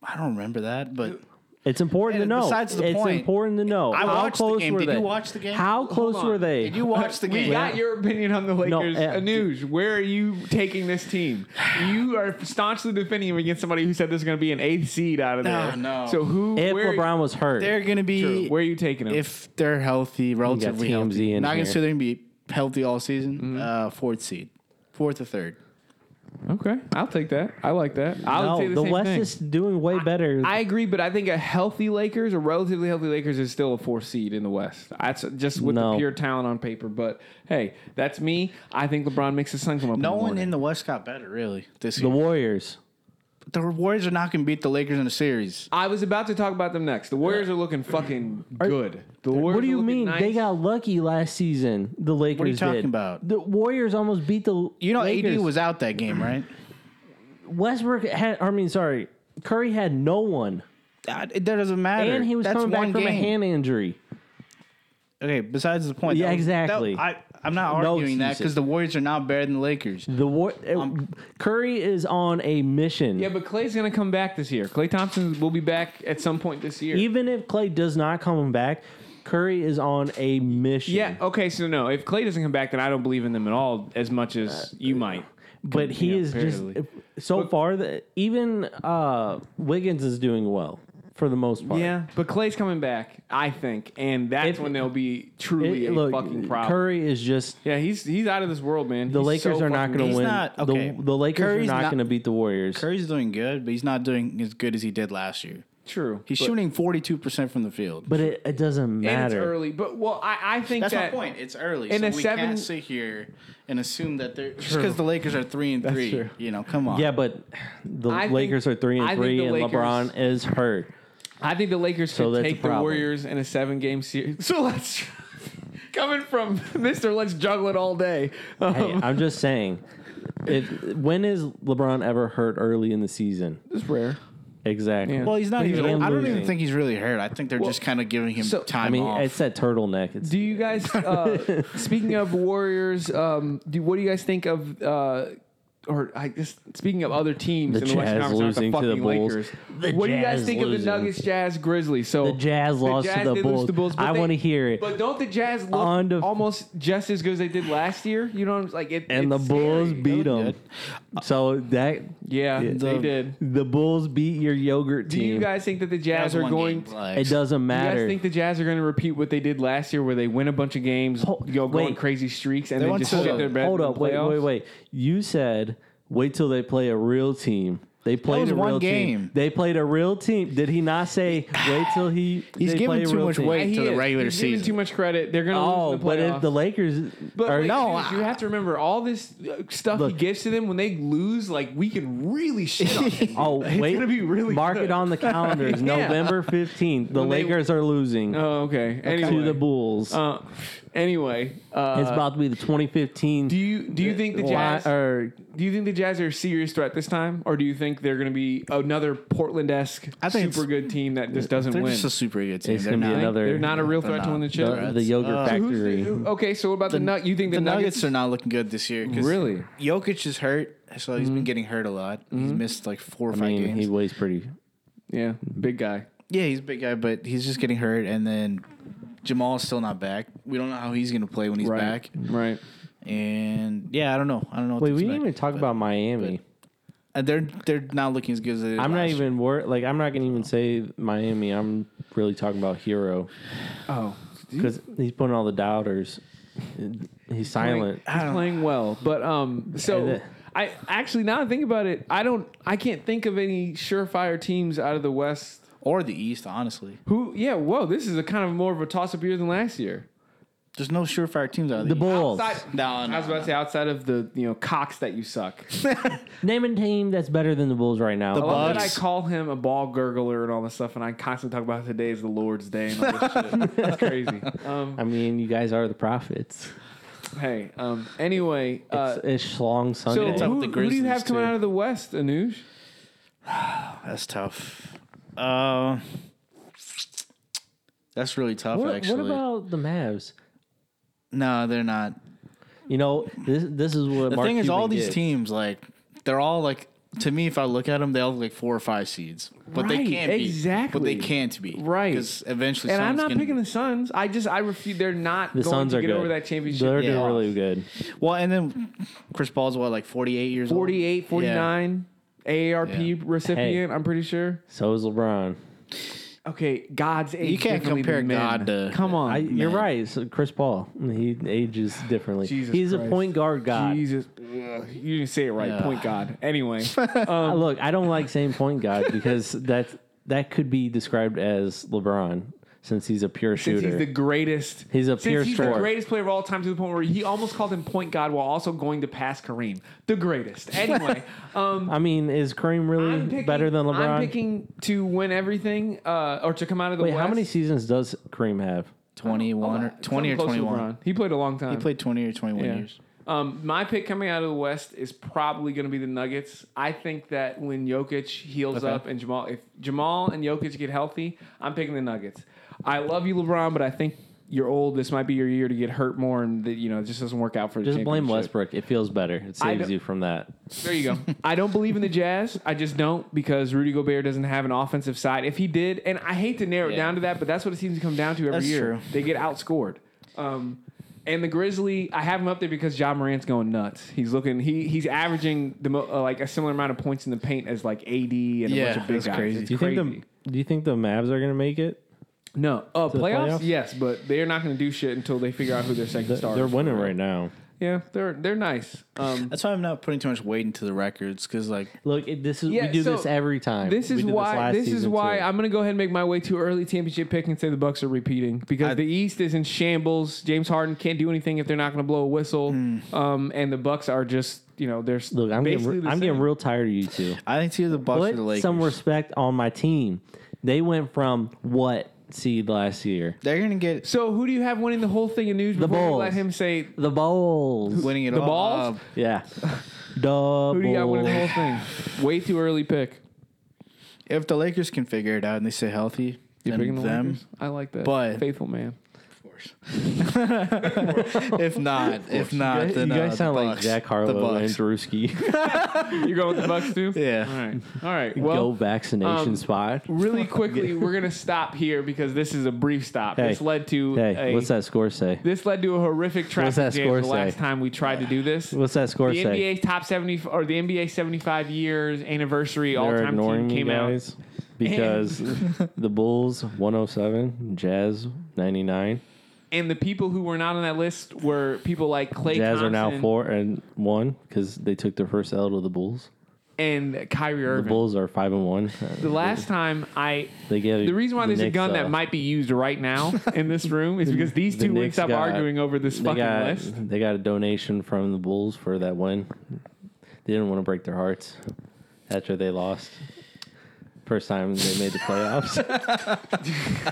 S4: I don't remember that, but
S3: It's important to
S4: And
S3: know.
S4: besides the
S3: it's
S4: point,
S3: important to know.
S4: I
S3: How
S4: watched the
S3: close
S4: game.
S3: were
S4: Did
S3: they?
S4: you watch the game?
S3: How close
S2: on.
S3: were they?
S4: did you watch the game?
S2: We got your opinion on the
S3: No,
S2: Lakers,
S3: yeah.
S2: Anuj. Where are you taking this team? You are staunchly defending him against somebody who said there's going to be an eighth seed out of there.
S4: No, no.
S2: So who?
S3: if
S2: where,
S3: LeBron was hurt,
S4: They're gonna be
S2: True. Where are you taking him?
S4: if they're healthy, relatively
S3: TMZ
S4: healthy.
S3: in
S4: Not
S3: here.
S4: gonna say they're gonna be healthy all season.
S2: Mm-hmm.
S4: Uh, fourth seed, fourth or third.
S2: okay, I'll take that. I like that. I would
S3: no,
S2: say the,
S3: the
S2: same
S3: West
S2: thing.
S3: is doing way better.
S2: I agree, but I think a healthy Lakers, a relatively healthy Lakers, is still a four seed in the West. That's just with the
S3: No.
S2: pure talent on paper. But hey, that's me. I think LeBron makes his son come up.
S4: No
S2: in the
S4: one
S2: morning.
S4: in the West got better really this
S3: the
S4: year.
S3: Warriors.
S4: The, Warriors are not gonna beat the Lakers in a series.
S2: I was about to talk about them next. The Warriors are looking fucking good. The Warriors
S3: What do
S2: are
S3: you
S2: looking
S3: mean?
S2: nice.
S3: They got lucky last season. The Lakers.
S4: talking
S3: did.
S4: about?
S3: The Warriors almost beat the.
S4: You know,
S3: Lakers.
S4: AD was out that game, right?
S3: Westbrook had. I mean, sorry, Curry had no one,
S4: that, that doesn't matter.
S3: and he was
S4: That's
S3: coming back
S4: one
S3: from a
S4: game.
S3: hand injury.
S4: Okay, besides the point.
S3: Yeah,
S4: that was- that-
S3: exactly.
S4: I, I'm not arguing that
S3: excuses.
S4: because the Warriors are not better than the Lakers.
S3: The war. uh, Curry is on a mission.
S2: Um, Yeah, but Clay's gonna come back this year. Clay Thompson will be back at some point this year.
S3: Even if Clay does not come back, Curry is on a mission.
S2: yeah. Okay. So no, if Clay doesn't come back, then I don't believe in them at all as much
S4: Uh,
S2: as you might.
S3: but he
S2: Yeah,
S3: is
S2: apparently.
S3: just so far that even uh, Wiggins is doing well for the most part.
S2: Yeah, but Clay's coming back, I think, and that's
S3: If-
S2: when they'll be
S3: It-
S2: truly a
S3: look,
S2: fucking problem.
S3: Curry is just
S2: Yeah, he's he's out of this world, man.
S3: the Lakers are not going
S4: He's
S3: to win.
S4: not-
S3: The-
S4: okay.
S3: the, Lakers
S4: Curry's
S3: are not,
S4: not-
S3: going to beat the Warriors.
S4: Curry's doing good, but he's not doing as good as he did last year.
S2: True.
S4: He's
S2: but-
S4: shooting 42% from the field.
S3: but it, it doesn't
S2: and it's
S3: matter.
S2: early. But well, I I think
S4: That's
S2: that
S4: my point. It's early.
S2: in
S4: so
S2: a
S4: we
S2: seven-
S4: can't sit here and assume that they're just because the Lakers are three and three.
S2: true.
S4: You know, come on.
S3: Yeah, but the
S2: I think-
S3: Lakers are three and
S2: I think
S3: three,
S2: the
S3: and
S2: Lakers-
S3: LeBron is hurt.
S2: I think the Lakers
S3: So
S2: could
S3: that's a
S2: take the
S3: problem.
S2: Warriors in a seven game series. So let's coming from Mister. Let's juggle it all day. Um,
S3: Hey, I'm just saying. If when is LeBron ever hurt early in the season?
S2: it's rare.
S3: Exactly.
S2: Yeah.
S4: Well, he's not
S2: He's
S4: even.
S3: and
S4: I don't even
S3: losing.
S4: think he's really hurt. I think they're just kind of giving him
S2: so-
S4: time
S3: I mean,
S4: off.
S3: it's that turtleneck. It's
S2: Do you guys? Uh, speaking of Warriors, um, do what do you guys think of? Uh, or I guess speaking of other teams
S3: The
S2: in the Western
S3: Jazz
S2: Conference, not
S3: losing
S2: the
S3: to the
S2: fucking
S3: Bulls.
S2: Lakers.
S3: The
S2: what do you guys
S3: Jazz
S2: think of the
S3: losing.
S2: Nuggets, Jazz, Grizzlies? So
S3: The Jazz lost to the
S2: did lose
S3: Bulls.
S2: but
S3: I
S2: they-
S3: wanna hear it.
S2: But don't the Jazz look
S3: On to-
S2: almost just as good as they did last year? You know what I'm like? It,
S3: and the
S2: it's
S3: Bulls
S2: scary.
S3: beat them. So that
S2: Yeah, they
S4: The-
S2: did.
S3: the Bulls beat your yogurt
S2: Do
S3: team.
S2: you guys think that the
S4: That
S2: Jazz
S4: was
S2: are
S4: one
S2: going?
S4: game
S2: to-
S4: relax.
S3: it doesn't
S2: Do you guys
S3: matter.
S2: think the Jazz are going to repeat what they did last year, where they win a bunch of games,
S3: Ho-
S2: go, go on
S3: wait.
S2: crazy streaks, and
S4: They
S2: then
S4: want
S2: just
S4: to-
S2: sit in their bed?
S3: Hold
S2: in the
S3: up, wait,
S2: playoffs?
S3: wait, wait. You said wait till they play a real team. They played
S4: was
S3: a
S4: one
S3: real
S4: game.
S3: team. They played a real team. Did he not say wait till he?
S4: He's
S3: they
S4: giving
S3: play a
S4: too
S3: real
S4: much
S3: team?
S4: weight.
S2: He
S4: to the
S2: is.
S4: regular
S2: He's given
S4: season.
S2: too much credit. They're going to
S3: Oh,
S2: lose in the
S3: but
S2: playoffs.
S3: if the Lakers,
S2: But
S3: are,
S2: wait,
S3: no,
S2: dude, you have to remember all this uh, stuff he
S3: Look.
S2: gives to them when they lose. Like we can really shit on him.
S3: oh wait,
S2: gonna be really
S3: mark it on the calendars.
S2: Yeah.
S3: November fifteenth, the
S2: When they-
S3: Lakers are losing
S2: Oh, okay. Anyway,
S3: to the Bulls.
S2: Uh, anyway, uh,
S3: it's about to be the 2015.
S2: do you do you think the
S3: Li-
S2: Jazz?
S3: or
S2: do you think the Jazz are a serious threat this time, or do you think they're going to be another Portland-esque
S4: I think
S2: super good team that just doesn't
S4: they're
S2: win?
S4: just a super good team.
S3: It's
S4: They're
S3: gonna be
S4: not.
S3: another-
S2: they're not a real
S4: They're
S2: threat to
S4: not.
S2: win the chip.
S3: the, the yogurt
S4: Uh,
S2: So who's the-
S3: factory?
S2: who- okay, so what about the, nut? You think the,
S4: The
S2: Nuggets?
S4: Nuggets are not looking good this year. 'cause
S2: Really?
S4: Jokic is hurt, so he's been getting hurt a lot. He's missed like four or
S3: Mm-hmm. I
S4: five
S3: mean,
S4: games.
S3: he weighs pretty.
S2: Yeah, big guy.
S4: Yeah, he's a big guy, but he's just getting hurt. And then Jamal's still not back. We don't know how he's going to play when he's
S2: Right.
S4: back.
S2: Right.
S4: And yeah, I don't know. I don't know. What
S3: Wait,
S4: to
S3: we didn't
S4: expect,
S3: even talk
S4: but-
S3: about Miami.
S4: Uh, They're they're not looking as good as they did.
S3: I'm not
S4: last year.
S3: even wor- like I'm not gonna even say Miami. I'm really talking about Hero
S2: Oh,
S3: because he's putting all the doubters. He's silent.
S2: Playing, he's playing well, but um,
S3: And
S2: so
S3: the-
S2: I actually now that I think about it, I don't, I can't think of any surefire teams out of the West.
S4: or the East. Honestly,
S2: Who? Yeah, whoa, this is a kind of more of a toss up year than last year.
S4: there's no surefire teams out of the,
S3: The Bulls.
S2: Outside,
S4: No, no,
S2: I was about to
S4: no.
S2: say outside of the you know cocks that you suck.
S3: Name a team that's better than the Bulls right now.
S4: The
S2: I love that I
S4: Bucks.
S2: call him a ball gurgler and all this stuff, and I constantly talk about today is the Lord's day and all this shit. That's crazy. Um,
S3: I mean, you guys are the prophets.
S2: hey, um, anyway, uh,
S3: It's, it's Schlong
S2: so
S3: Sunday.
S4: it's up
S2: who,
S4: the
S2: who do you
S4: Grizzlies,
S2: have coming
S4: too.
S2: out of the West, Anuj?
S4: That's tough. Uh, that's really tough.
S3: what, what
S4: actually,
S3: about the Mavs?
S4: no, they're not.
S3: You know, this this is what
S4: The
S3: Mark
S4: thing is,
S3: Cuban
S4: all these
S3: did.
S4: teams like they're all like to me, if I look at them, they all look like four or five seeds, but they
S2: Right,
S4: can't be
S2: exactly.
S4: But they can't be
S2: Right.
S4: because eventually.
S2: And I'm
S4: someone's
S2: not
S4: gonna-
S2: picking the Suns. I just I refuse. They're not
S3: The
S2: going
S3: Suns
S2: to
S3: are
S2: get
S3: good.
S2: over that championship.
S3: They're
S2: loss.
S3: doing really good.
S4: Well, and then Chris Paul's what, like 48 years old?
S2: 48, 49, AARP
S4: Yeah.
S2: recipient. I'm pretty sure.
S3: So is LeBron.
S2: Okay, God's age.
S4: can't
S2: differently
S4: compare
S2: than men.
S4: God to-
S2: Come on,
S3: I, you're
S4: Man.
S3: right. So Chris Paul, he ages differently.
S2: Jesus
S3: He's a
S2: Christ.
S3: point guard god.
S2: Jesus. Ugh, you didn't say it right.
S4: Yeah.
S2: Point God. Anyway, Um,
S3: Uh, Look, I don't like saying point guard because that that could be described as LeBron since he's a pure
S2: since
S3: shooter.
S2: he's the greatest.
S3: He's a
S2: since
S3: pure
S2: he's the
S3: scorer.
S2: greatest player of all time to the point where he almost called him point God while also going to pass Kareem, the greatest. Anyway, um,
S3: I mean, is Kareem really
S2: I'm picking,
S3: better than LeBron?
S2: I'm picking to win everything uh, or to come out of the
S3: Wait, how
S2: West. Uh,
S3: many seasons does Kareem have?
S4: 21 or 20 or
S2: Something close to
S4: 21.
S2: LeBron. He played a long time.
S4: He played 20 or 21
S2: Yeah.
S4: years.
S2: Um, my pick coming out of the West is probably going to be the Nuggets. I think that when Jokic heals
S4: Okay.
S2: up and Jamal, if Jamal and Jokic get healthy, I'm picking the Nuggets. I love you, LeBron, but I think you're old. This might be your year to get hurt more, and that you know it just doesn't work out for the
S3: Just blame
S2: championship.
S3: Westbrook. It feels better. It
S2: I
S3: saves
S2: don't-
S3: you from that.
S2: There you go. I don't believe in the Jazz. I just don't because Rudy Gobert doesn't have an offensive side. If he did, and I hate to narrow it
S4: Yeah.
S2: down to that, but that's what it seems to come down to every
S4: That's
S2: year.
S4: true.
S2: They get outscored. Um, and the Grizzly, I have him up there because John Morant's going nuts. He's looking. He he's averaging the mo- uh, like a similar amount of points in the paint as like AD and a
S4: Yeah,
S2: bunch of big
S4: that's
S2: guys.
S4: crazy.
S2: It's
S3: Do you
S2: crazy.
S3: think the Do you think the Mavs are going to make it?
S2: no uh,
S3: the
S2: playoffs?
S3: playoffs?
S2: Yes, but they're not going to do shit until they figure out who their second
S3: They're,
S2: star.
S3: they're
S2: is.
S3: winning right now.
S2: Yeah, they're they're nice. Um,
S4: That's why I'm not putting too much weight into the records because, like,
S3: Look, it, this is
S2: Yeah,
S3: we do
S2: so
S3: this every time.
S2: This
S3: We
S2: is
S3: did
S2: why.
S3: last
S2: This, is
S3: season,
S2: why
S3: too.
S2: I'm gonna go ahead and make my way too early championship pick and say the Bucks are repeating because
S4: I-
S2: the East is in shambles. James Harden can't do anything if they're not gonna blow a whistle. Um, and the Bucks are just you know they're
S3: Look, I'm getting,
S2: basically
S3: re-
S2: the
S3: I'm getting
S2: same.
S3: real tired of you two.
S4: I think it's either the Bucks or the
S3: Put
S4: Lakers.
S3: some respect on my team. They went from what seed last year?
S4: They're going to get
S2: So who do you have winning the whole thing in news?
S3: The
S2: before we let
S3: Bulls.
S2: him say
S3: The Bulls.
S4: winning it
S2: The
S4: all. Uh,
S2: balls?
S3: Yeah. Double.
S2: who do you got winning the whole thing? Way too early pick.
S4: if the Lakers can figure it out and they stay healthy,
S2: You're picking
S4: then
S2: the
S4: them.
S2: Lakers? I like that.
S4: But-
S2: faithful man.
S4: if not, if not,
S3: you guys,
S4: then
S3: you guys
S4: uh,
S3: sound
S4: the
S3: like
S4: Bucks.
S3: Jack
S4: The
S3: Harlow and
S4: Bucks.
S3: Drewski.
S2: You going with the Bucks too?
S4: Yeah.
S2: All right. All right.
S3: Go
S2: Well,
S3: vaccination
S2: um,
S3: spot.
S2: really quickly, we're gonna stop here because this is a brief stop.
S3: Hey.
S2: This led to
S3: Hey,
S2: a,
S3: what's that score say?
S2: This led to a horrific traffic
S3: that
S2: jam
S3: score
S2: the last
S3: say?
S2: time we tried to do this.
S3: What's that score
S2: the
S3: say?
S2: NBA top 70 or the NBA 75 years anniversary all
S3: They're
S2: time team
S3: ignoring you
S2: came out.
S3: guys because the Bulls 107, Jazz 99,
S2: And the people who were not on that list were people like Clay
S3: Jazz
S2: Thompson
S3: are now four and one because they took their first L to the Bulls.
S2: and Kyrie
S3: The
S2: Irving. The,
S3: Bulls are five and one.
S2: last time I
S3: They get
S2: the reason why
S3: the
S2: there's a
S3: Knicks,
S2: gun
S3: uh,
S2: that might be used right now in this room is because these
S3: the
S2: two
S3: Knicks
S2: wakes up
S3: got-
S2: arguing over this
S3: they
S2: fucking
S3: got
S2: list.
S3: they got a donation from the Bulls for that win. They didn't want to break their hearts after they lost. First time they made the playoffs. First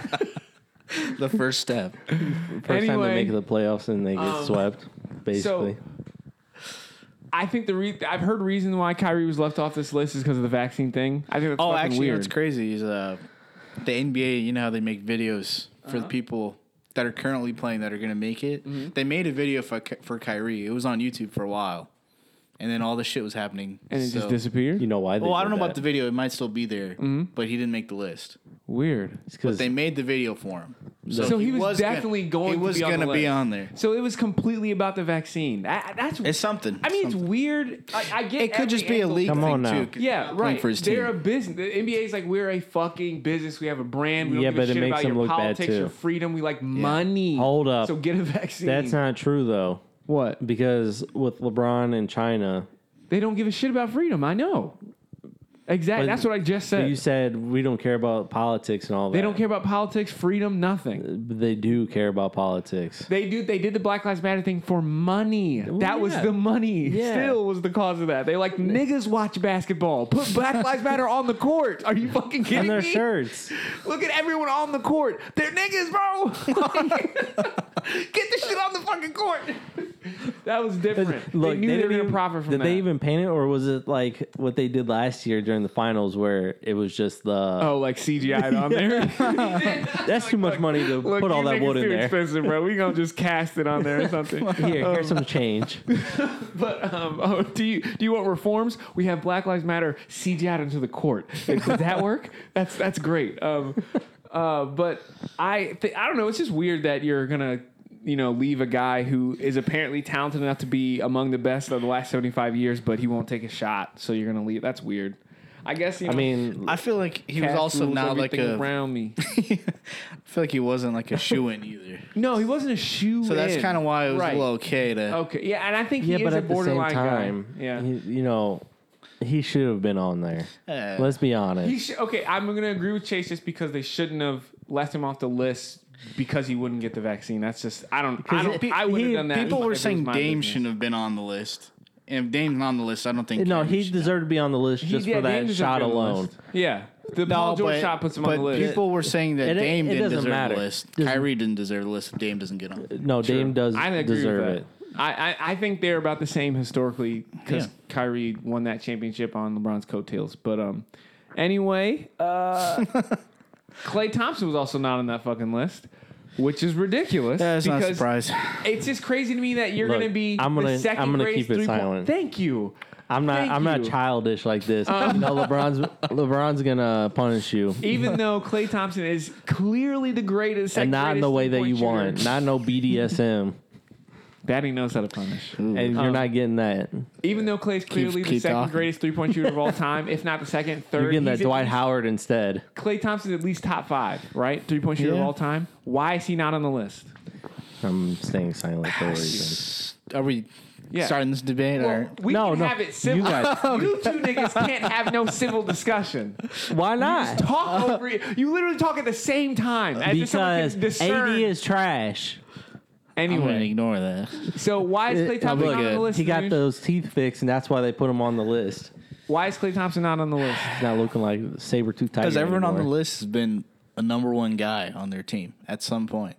S4: The first step.
S3: time they
S2: Anyway. um,
S3: make the playoffs and they get swept. Basically,
S2: I think the re- I've heard reason why Kyrie was left off this list is because of the vaccine thing. I think that's
S4: Oh,
S2: fucking
S4: actually,
S2: weird.
S4: what's crazy is uh, the NBA. You know how they make videos for
S2: Uh-huh.
S4: the people that are currently playing that are going to make it.
S2: Mm-hmm.
S4: They made a video for Ky- for Kyrie. It was on YouTube for a while, and then all the shit was happening.
S2: and it just
S4: so-
S2: disappeared. Mm-hmm.
S3: you know why? They
S4: Well, I don't know
S3: did
S4: about the
S3: that.
S4: video. It might still be there, but he didn't make the list.
S2: Weird.
S3: It's 'cause
S4: But they made the video for him,
S2: So he was
S4: gonna-
S2: definitely going
S4: He
S2: to
S4: was
S2: be on the
S4: gonna be
S2: list.
S4: on there.
S2: So it was completely about the vaccine. I, I- that's.
S4: It's something.
S2: I mean, it's
S4: Something.
S2: weird. I, I get
S4: it could just
S2: every
S4: be a
S2: angle.
S4: league
S3: Come
S4: thing
S3: on now.
S4: too. 'cause he's
S2: Yeah,
S4: playing
S2: right.
S4: For his
S2: They're a
S4: team.
S2: business. The NBA is like we're a fucking business. We have a brand. We don't
S3: Yeah,
S2: give a
S3: but it
S2: shit
S3: makes
S2: about
S3: them
S2: your
S3: look bad,
S2: politics, your
S3: too.
S2: freedom. We like money.
S3: Hold up.
S2: So get a vaccine.
S3: That's not true though,
S2: what
S3: because with LeBron and China,
S2: they don't give a shit about freedom. I know. Exactly.
S3: But-
S2: That's what I just
S3: you
S2: said.
S3: said we don't care about politics and all that.
S2: They don't care about politics, freedom, nothing.
S3: But they do care about politics.
S2: They do. They did the Black Lives Matter thing for money. that was
S3: Oh, yeah.
S2: the money.
S3: Yeah.
S2: Still was the cause of that. They like niggas watch basketball. Put Black Lives Matter on the court. Are you fucking kidding
S3: And their
S2: me?
S3: shirts.
S2: Look at everyone on the court. They're niggas, bro. Get the shit on the fucking court. that was different.
S3: Look,
S2: they knew they, were going to
S3: even-
S2: profit from
S3: Did
S2: that.
S3: they even paint it, or was it like what they did last year during the finals, where it was just the
S2: oh, like CGI'd on there.
S3: that's too much money to
S2: Look,
S3: put all
S2: you
S3: that
S2: niggas
S3: wood in
S2: too
S3: there.
S2: expensive, bro. We gonna just cast it on there or something.
S3: Here, here's some change.
S2: But um, oh, do you do you want reforms? We have Black Lives Matter CGI'd into the court. Does that work? That's that's great. Um, uh, but I th- I don't know. It's just weird that you're gonna you know leave a guy who is apparently talented enough to be among the best of the last 75 years, but he won't take a shot. So you're gonna leave. That's weird. I guess you
S3: I
S2: know,
S3: mean,
S4: I feel like he was
S2: cast
S4: also
S2: rules
S4: not like
S2: everything
S4: a.
S2: around me.
S4: I feel like he wasn't like a shoe in either.
S2: No, he wasn't a shoe.
S4: So that's kind of why it was
S2: Right.
S4: a little okay to.
S2: Okay. Yeah, and I think
S3: yeah,
S2: he is
S3: but
S2: a
S3: at the same
S2: borderline
S3: time,
S2: guy. Yeah.
S3: he- you know, he should have been on there.
S4: Eh.
S3: Let's be honest.
S2: He should, okay, I'm going to agree with Chase just because they shouldn't have left him off the list because he wouldn't get the vaccine. That's just I don't I don't
S3: it-
S2: I would have
S3: he-
S2: done that.
S4: People
S2: if it
S4: were
S2: was
S4: saying
S2: my
S4: Dame
S2: business.
S4: shouldn't have been on the list. And if Dame's not on the list, I don't think.
S3: Eh, no,
S4: Cam
S3: he
S4: should.
S3: deserved to be on the list just
S2: yeah,
S3: for
S2: Dame
S3: that
S2: deserved
S3: shot
S2: to be on the
S3: alone.
S2: list. Yeah, the Paul George
S4: but-
S2: shot puts him on
S4: but
S2: the list.
S4: People were saying that
S3: It-
S4: Dame
S3: it
S4: didn't
S3: doesn't
S4: deserve
S3: matter.
S4: the list.
S3: Doesn't-
S4: Kyrie didn't deserve the list. if Dame doesn't get on.
S3: No, Dame does
S2: I agree
S3: deserve
S2: with that.
S3: it.
S2: I, I, I think they're about the same historically because
S4: Yeah.
S2: Kyrie won that championship on LeBron's coattails. But um, anyway, uh, Clay Thompson was also not on that fucking list, which is ridiculous.
S4: That's not a
S2: because
S4: surprise.
S2: It's just crazy to me that you're
S3: Look,
S2: going to be
S3: I'm
S2: the
S3: gonna-
S2: second
S3: I'm gonna
S2: greatest
S3: keep it
S2: three-point-
S3: silent.
S2: Thank you.
S3: I'm not.
S2: Thank
S3: I'm not
S2: you. Uh.
S3: childish like this. you know, LeBron's LeBron's gonna punish you,
S2: Even though Clay Thompson is clearly the greatest, second
S3: and not in the
S2: greatest
S3: way that you
S2: three-point shooter,
S3: want. Not no BDSM,
S2: Daddy knows how to punish.
S3: and you're not getting that.
S2: Even though Clay's clearly the
S4: keep
S2: second
S4: talking.
S2: greatest three point shooter of all time, if not the second, third.
S3: You're getting
S2: he's
S3: that
S2: at
S3: Dwight
S2: least-
S3: Howard instead.
S2: Clay Thompson's at least top five, right? Three point shooter of
S4: Yeah.
S2: all time. Why is he not on the list?
S3: I'm staying silent for a reason.
S4: Are we
S2: Yeah.
S4: starting this debate? or
S2: we
S3: No,
S2: can
S3: no.
S2: have it civil. You,
S3: You guys-
S2: two niggas can't have no civil discussion.
S3: Why not?
S2: Talk over You literally talk at the same time. As if someone can
S3: Because AD
S2: discern.
S3: is trash.
S4: I'm going to
S2: anyway.
S4: ignore that.
S2: So why is Clay
S3: It-
S2: Thompson
S4: look
S2: not on
S4: at-
S2: the list?
S3: He got
S2: dude?
S3: those teeth fixed, and that's why they put him on the list.
S2: Why is Clay Thompson not on the list?
S3: He's not looking like saber tooth tiger.
S4: Because everyone on the
S3: anymore.
S4: list has been a number one guy on their team at some point.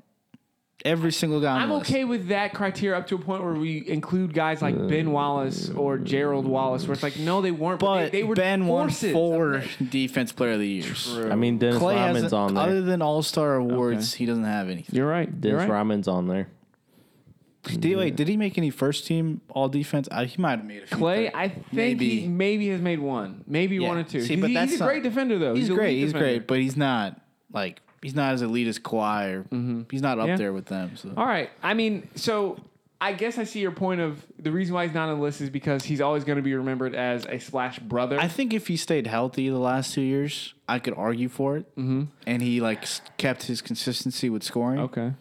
S4: Every single guy. On
S2: I'm
S4: the list.
S2: okay with that criteria up to a point where we include guys like Ben Wallace or Gerald Wallace, where it's like, no, they weren't. But,
S4: But
S2: they, they were
S4: Ben won
S2: forces.
S4: four Defense Player of the Years.
S3: I mean, Dennis
S4: Clay
S3: Rodman's
S4: has
S3: on there.
S4: other than All Star awards, he doesn't have anything.
S2: You're right. You're
S3: Dennis
S2: right.
S3: Rodman's on there.
S4: Did, wait, did he make any first team All Defense? I, he might have made a few.
S2: Clay,
S4: but-
S2: I think
S4: Maybe.
S2: he maybe has made one, maybe
S4: Yeah.
S2: one or two.
S4: See,
S2: He-
S4: but
S2: he's
S4: that's
S2: a
S4: not-
S2: great defender though.
S4: he's,
S2: a
S4: great.
S2: elite
S4: He's
S2: defender.
S4: great, but he's not like he's not as elite as Kawhi or
S3: Mm-hmm.
S4: he's not up
S2: Yeah.
S4: there with them. So
S2: All right. I mean, so I guess I see your point of the reason why he's not on the list is because he's always going to be remembered as a splash brother.
S4: I think if he stayed healthy the last two years, I could argue for it. Mm-hmm. And he like s- kept his consistency with scoring,
S2: okay.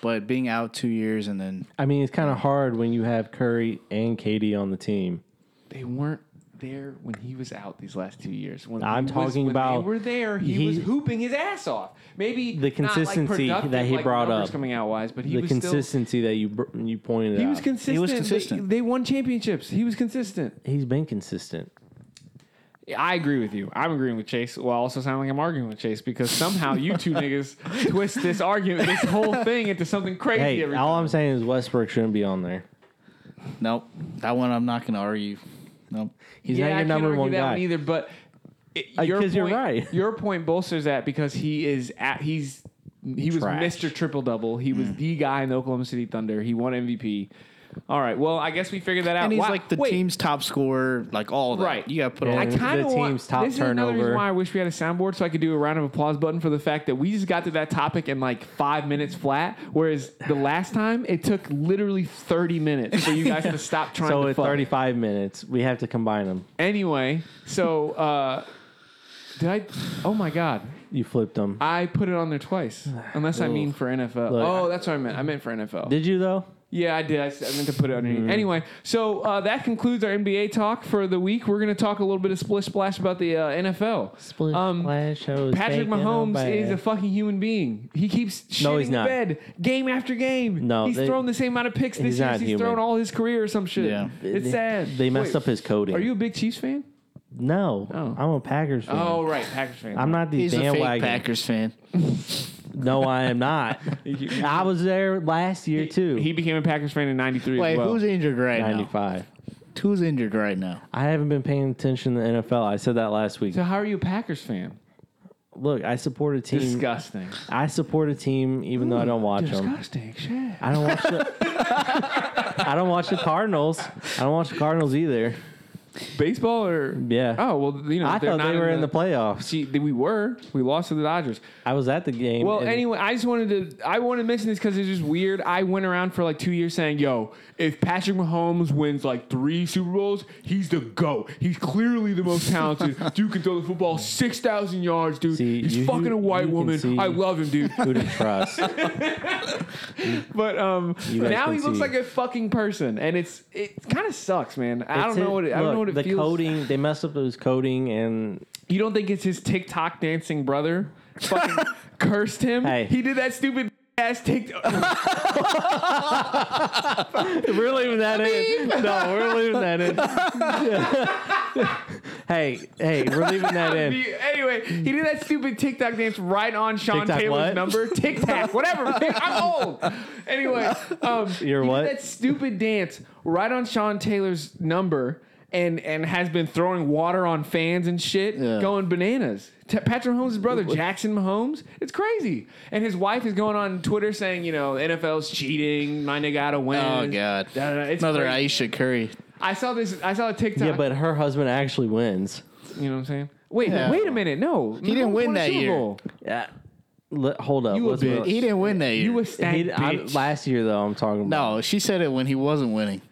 S4: but being out two years and then
S3: I mean, it's kind of hard when you have Curry and Katie on the team.
S2: They weren't there when he was out these last two years. When
S3: I'm
S2: he was-
S3: talking
S2: when
S3: about
S2: they were there. He,
S3: he-
S2: was hooping his ass off. Maybe
S3: The consistency
S2: not like
S3: that
S2: productive,
S3: he
S2: like
S3: brought
S2: numbers
S3: up.
S2: coming out wise, but he
S3: the
S2: was
S3: consistency that you br- you pointed
S2: still. He
S3: out.
S2: was consistent. They-
S4: consistent.
S2: They, won championships. He was consistent.
S3: He's been consistent.
S2: I agree with you. I'm agreeing with Chase while also sounding like I'm arguing with Chase because somehow you two niggas twist this argument, this whole thing into something crazy.
S3: Hey,
S2: every
S3: all I'm saying is Westbrook shouldn't be on there.
S4: nope, that one I'm not going to argue. Nope.
S3: He's
S2: yeah,
S3: not your
S2: I
S3: number
S2: can't argue
S3: one
S2: that
S3: guy.
S2: one either, but it,
S3: Uh,
S2: your
S3: 'cause you're
S2: point-
S3: right.
S2: Your point bolsters that because he is at he's he was
S3: Trash. Mm.
S2: Mr. Triple Double. He was the guy in the Oklahoma City Thunder. He won MVP. All right. Well, I guess we figured that out.
S4: And he's
S2: Wow.
S4: like the
S2: Wait,
S4: team's top scorer, like all that.
S2: Right.
S4: You got to put
S3: Yeah.
S4: all
S2: I
S3: the
S2: kind of want
S3: team's top
S2: this is another reason
S3: turnover.
S2: why I wish we had a soundboard so I could do a round of applause button for the fact that we just got to that topic in like five minutes flat, whereas the last time it took literally thirty minutes for you guys to stop trying
S3: So
S2: to
S3: at
S2: fuck.
S3: 35 minutes, we have to combine them.
S2: Anyway, so uh, did I? Oh my god,
S3: You flipped them.
S2: I put it on there twice. Unless I mean for NFL. oh, that's what I meant. I meant for NFL.
S3: Did Mm-hmm. you though?
S2: yeah, I did. I, s- I meant to put it underneath. Anyway, so uh, that concludes our NBA talk for the week. We're going to talk a little bit of splish splash about the uh, NFL.
S3: Split
S2: Um,
S3: flash.
S2: Patrick Mahomes is a fucking human being. He keeps shitting
S3: No, he's not.
S2: the bed game after game.
S3: No,
S2: he's
S3: they-
S2: thrown the same amount of picks this
S3: he's
S2: year
S3: not
S2: as he's
S3: human.
S2: thrown all his career or some shit.
S4: Yeah.
S2: It's
S3: They-
S2: sad.
S3: They messed
S2: Wait,
S3: up his coding.
S2: Are you a big Chiefs fan?
S3: No,
S2: Oh.
S3: I'm a Packers fan.
S2: Oh right, Packers fan.
S3: I'm not these
S4: He's a fake
S3: bandwagon.
S4: Packers fan.
S3: No, I am not. I was there last year too.
S2: He became a Packers fan in '93.
S4: Wait,
S2: as well.
S4: who's injured right now?
S3: 95.
S4: Who's injured right now?
S3: I haven't been paying attention to the NFL. I said that last week.
S2: So how are you a Packers fan?
S3: Look, I support a team.
S2: Disgusting.
S3: I support a team even though I don't watch them.
S2: Disgusting. Shit.
S3: I don't watch the I don't watch the Cardinals. I don't watch the Cardinals either.
S2: Baseball or
S3: Yeah.
S2: Oh well, you know
S3: I
S2: they're
S3: thought
S2: not
S3: they were in the playoffs.
S2: See, we were. We lost to the Dodgers.
S3: I was at the game.
S2: Well,
S3: and
S2: anyway, I just wanted to I wanted to mention this because it's just weird. I went around for like two years saying, "Yo, if Patrick Mahomes wins like three Super Bowls, he's the goat. He's clearly the most talented. dude can throw the football six thousand yards, dude.
S3: See,
S2: he's
S3: you-
S2: fucking
S3: you-
S2: a white
S3: you can
S2: woman.
S3: see-
S2: I love him, dude.
S3: who to trust?
S2: But um,
S3: guys
S2: now
S3: can
S2: he looks
S3: see.
S2: like a fucking person, and it's it kind of sucks, man. I
S3: It's
S2: don't know
S3: it.
S2: what it, I don't
S3: Look,
S2: know what it
S3: the
S2: feels.
S3: coding. They messed up those coding and
S2: You don't think it's his TikTok dancing brother? Fucking cursed him.
S3: Hey.
S2: He did that stupid ass TikTok.
S3: We're leaving that in. No, we're leaving that in. hey, hey, we're leaving that in.
S2: He- anyway, he did that stupid TikTok dance right on Sean
S3: TikTok
S2: Taylor's
S3: what?
S2: number. TikTok, whatever. I'm old. Anyway, um,
S3: You're
S2: he
S3: what?
S2: Did that stupid dance right on Sean Taylor's number. And, and has been throwing water on fans and shit,
S4: Yeah.
S2: going bananas. T- Patrick Mahomes' brother, Jackson Mahomes, it's crazy. And his wife is going on Twitter saying, you know, NFL's cheating, my nigga gotta win.
S4: Oh God,
S2: Da, da, da. It's
S4: another
S2: crazy.
S4: Aisha Curry.
S2: I saw this, I saw a TikTok.
S3: Yeah, but her husband actually wins.
S2: you know what I'm saying? Wait,
S4: Yeah.
S2: wait a minute. No, he
S4: didn't win that year.
S3: Yeah. Let, hold up.
S2: You a
S3: let's move-
S2: bitch.
S4: He didn't win that year.
S2: You a stat
S3: He- I-
S2: bitch.
S3: last year though, I'm talking about.
S4: no, she said it when he wasn't winning.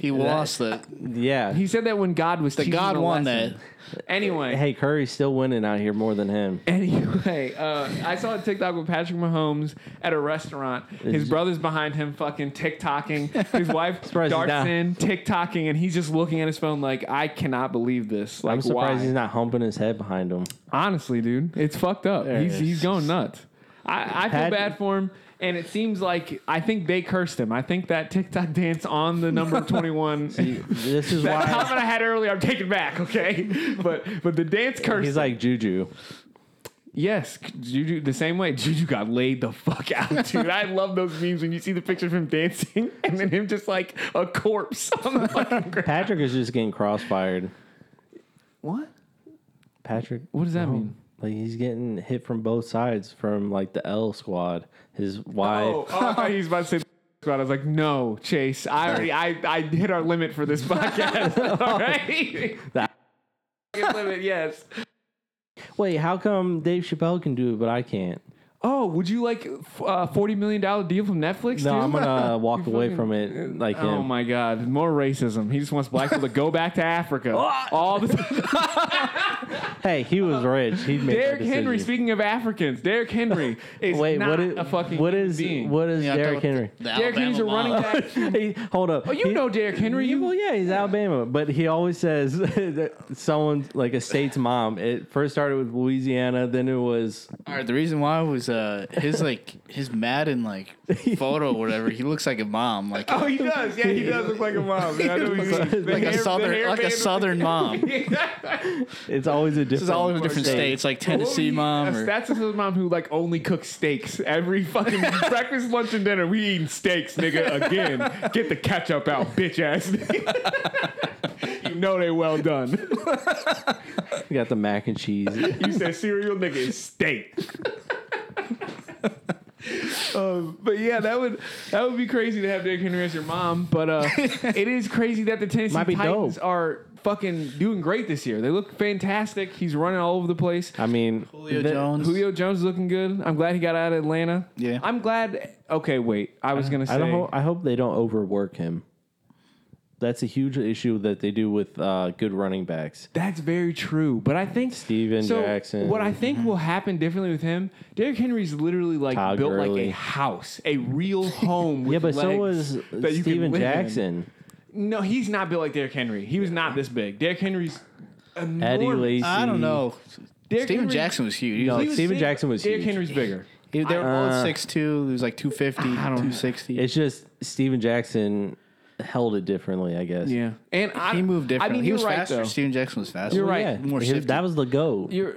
S4: He lost the
S3: Yeah.
S2: He said that when God was
S4: the
S2: teaching
S4: God
S2: a
S4: won
S2: lesson. that. Anyway,
S3: hey, Curry's still winning out here more than him.
S2: anyway, uh, I saw a TikTok with Patrick Mahomes at a restaurant. His brother's behind him, fucking TikToking. His wife
S3: Surprised he's
S2: darts
S3: not.
S2: in, TikToking, and he's just looking at his phone like, I cannot believe this. Like,
S3: I'm surprised
S2: why?
S3: he's not humping his head behind him.
S2: Honestly, dude, it's fucked up.
S4: it
S2: He's,
S4: is.
S2: he's going nuts. I, I feel
S3: Had-
S2: bad for him. And it seems like I think they cursed him. I think that TikTok dance on the number twenty one
S3: This is
S2: That
S3: why
S2: comment I had earlier, I'm taking back, okay? But but the dance curse.
S3: he's like Juju.
S2: yes, Juju. The same way Juju got laid the fuck out, dude. I love those memes when you see the picture of him dancing and then him just like a corpse on the fucking ground.
S3: Patrick is just getting crossfired.
S2: What?
S3: Patrick,
S2: What does that mean?
S3: like he's getting hit from both sides from like the L squad. His wife.
S2: Oh, oh, I thought he was about to say. I was like, no, Chase. I already, I, I hit our limit for this podcast. All right,
S3: That-
S2: Fucking limit, yes.
S3: Wait, how come Dave Chappelle can do it but I can't?
S2: Oh, would you like f- uh, forty million dollar deal from Netflix?
S3: No,
S2: dude?
S3: I'm gonna walk away
S2: fucking-
S3: from it like him.
S2: Oh my God! More racism. He just wants black people to go back to Africa. All the time.
S3: Hey, he was rich. He made
S2: Derrick
S3: that
S2: Henry.
S3: decision.
S2: Speaking of Africans, Derrick Henry is
S3: Wait,
S2: not
S3: what is
S2: a fucking
S3: what
S2: human
S3: is
S2: being.
S3: what is Derrick Henry?
S2: Derrick Henry's a running back.
S3: He- hold up.
S2: Oh, you
S3: He-
S2: know Derrick Henry.
S3: Yeah, well,
S2: You
S3: yeah, he's Alabama, but he always says that someone like a state's mom. It first started with Louisiana, then it was
S4: All right, the reason why was uh his like his Madden like photo or whatever. He looks like a mom, like
S2: Oh, he does. Yeah, he does look like a mom. Yeah, I know he's
S4: like a southern like a southern mom. This
S3: it's always a different.
S4: is all in different states, like Tennessee mom. Or,
S2: That's his mom who like only cooks steaks every fucking breakfast, lunch, and dinner. We eating steaks, nigga. Again, get the ketchup out, bitch ass. you know they well done.
S3: You got the mac and cheese.
S2: You said cereal, nigga, is steak. um, but yeah, that would that would be crazy to have Derrick Henry as your mom. But uh, it is crazy that the Tennessee
S3: Might be
S2: Titans
S3: dope.
S2: are fucking doing great this year. They look fantastic. He's running all over the place.
S3: I mean,
S4: Julio
S3: the-
S4: Jones.
S2: Julio Jones is looking good. I'm glad he got out of Atlanta.
S4: Yeah.
S2: I'm glad. Okay, wait. I was gonna say.
S3: I don't. ho- I hope they don't overwork him. That's a huge issue that they do with uh, good running backs.
S2: That's very true. But I think
S3: Steven Jackson.
S2: What I think will happen differently with him, Derrick Henry's literally like
S3: Todd
S2: built like
S3: Gurley.
S2: a house, a real home. With
S3: Yeah, but so
S2: legs
S3: was
S2: that you can
S3: Steven
S2: live in.
S3: Jackson.
S2: No, he's not built like Derrick Henry. He was not this big. Derrick Henry's enormous.
S3: Eddie Lacy.
S4: I don't know.
S2: Derrick
S4: Steven
S2: Henry-
S4: Jackson was huge. He
S3: No,
S4: was,
S2: He was
S3: Steven
S2: big.
S3: Jackson was
S2: Derrick
S3: huge.
S2: Henry's bigger.
S4: he- they were both
S3: Uh,
S4: six two. He was like 250, 260.
S3: It's just Steven Jackson held it differently, I guess.
S2: Yeah, and I,
S4: he moved
S2: I
S4: differently.
S2: mean,
S4: he
S2: you're
S4: was
S2: right
S4: faster.
S2: though.
S4: Steven Jackson was faster.
S2: You're right.
S3: Yeah,
S4: More
S3: his-
S4: shifted.
S3: that was the go.
S2: You're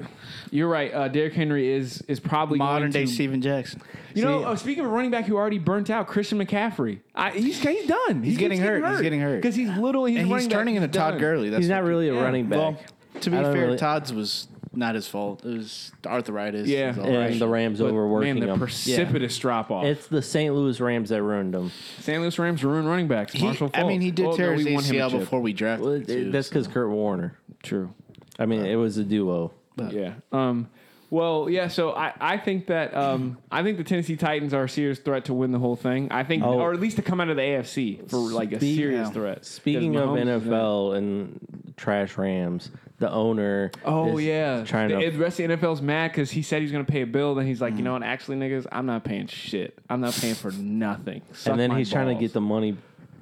S2: you're right. Uh, Derrick Henry is is probably going
S4: Modern day
S2: to-
S4: Steven Jackson.
S2: You know, uh, speaking of running back who already burnt out, Christian McCaffrey. I, he's he's done.
S4: He's getting hurt. He's getting hurt.
S2: because he's little. He's
S4: and he's
S2: running back,
S4: turning into Todd
S2: done.
S4: Gurley. That's
S3: He's not
S4: what-
S3: really a running back.
S4: Well, to be
S3: I don't
S4: fair,
S3: really-
S4: Todd's was not his fault. It was arthritis.
S2: Yeah.
S4: It was all
S3: and
S4: right.
S3: the Rams
S2: But,
S3: overworking
S2: man, the
S3: him.
S2: precipitous drop off.
S3: it's the St. Louis Rams that ruined him.
S2: San Luis Rams ruin running backs.
S4: He-
S2: Marshall
S4: I mean, he did
S2: Faulk.
S4: tear
S2: Well, no,
S4: his
S2: we won him a
S4: ACL
S2: chip.
S4: before we drafted
S3: Well,
S4: him.
S3: it- it-
S4: too,
S3: that's
S4: so.
S3: because Kurt Warner.
S2: True.
S3: I mean, it was a duo.
S2: Yeah. Um. Well, yeah. So I, I think that um I think the Tennessee Titans are a serious threat to win the whole thing. I think,
S3: Oh.
S2: or at least to come out of the AFC for like a
S3: Speak-
S2: serious
S4: yeah.
S2: threat.
S3: Speaking of
S2: Because Mahomes is not-
S3: NFL and trash Rams, the owner.
S2: Oh
S3: is
S2: yeah,
S3: trying
S2: the,
S3: to. Mm.
S2: the rest of the NFL's mad because he said he's gonna pay a bill. Then he's like, you know what? Actually, niggas, I'm not paying shit. I'm not paying for nothing. Suck
S3: and then
S2: my
S3: he's trying to
S2: balls."
S3: get the money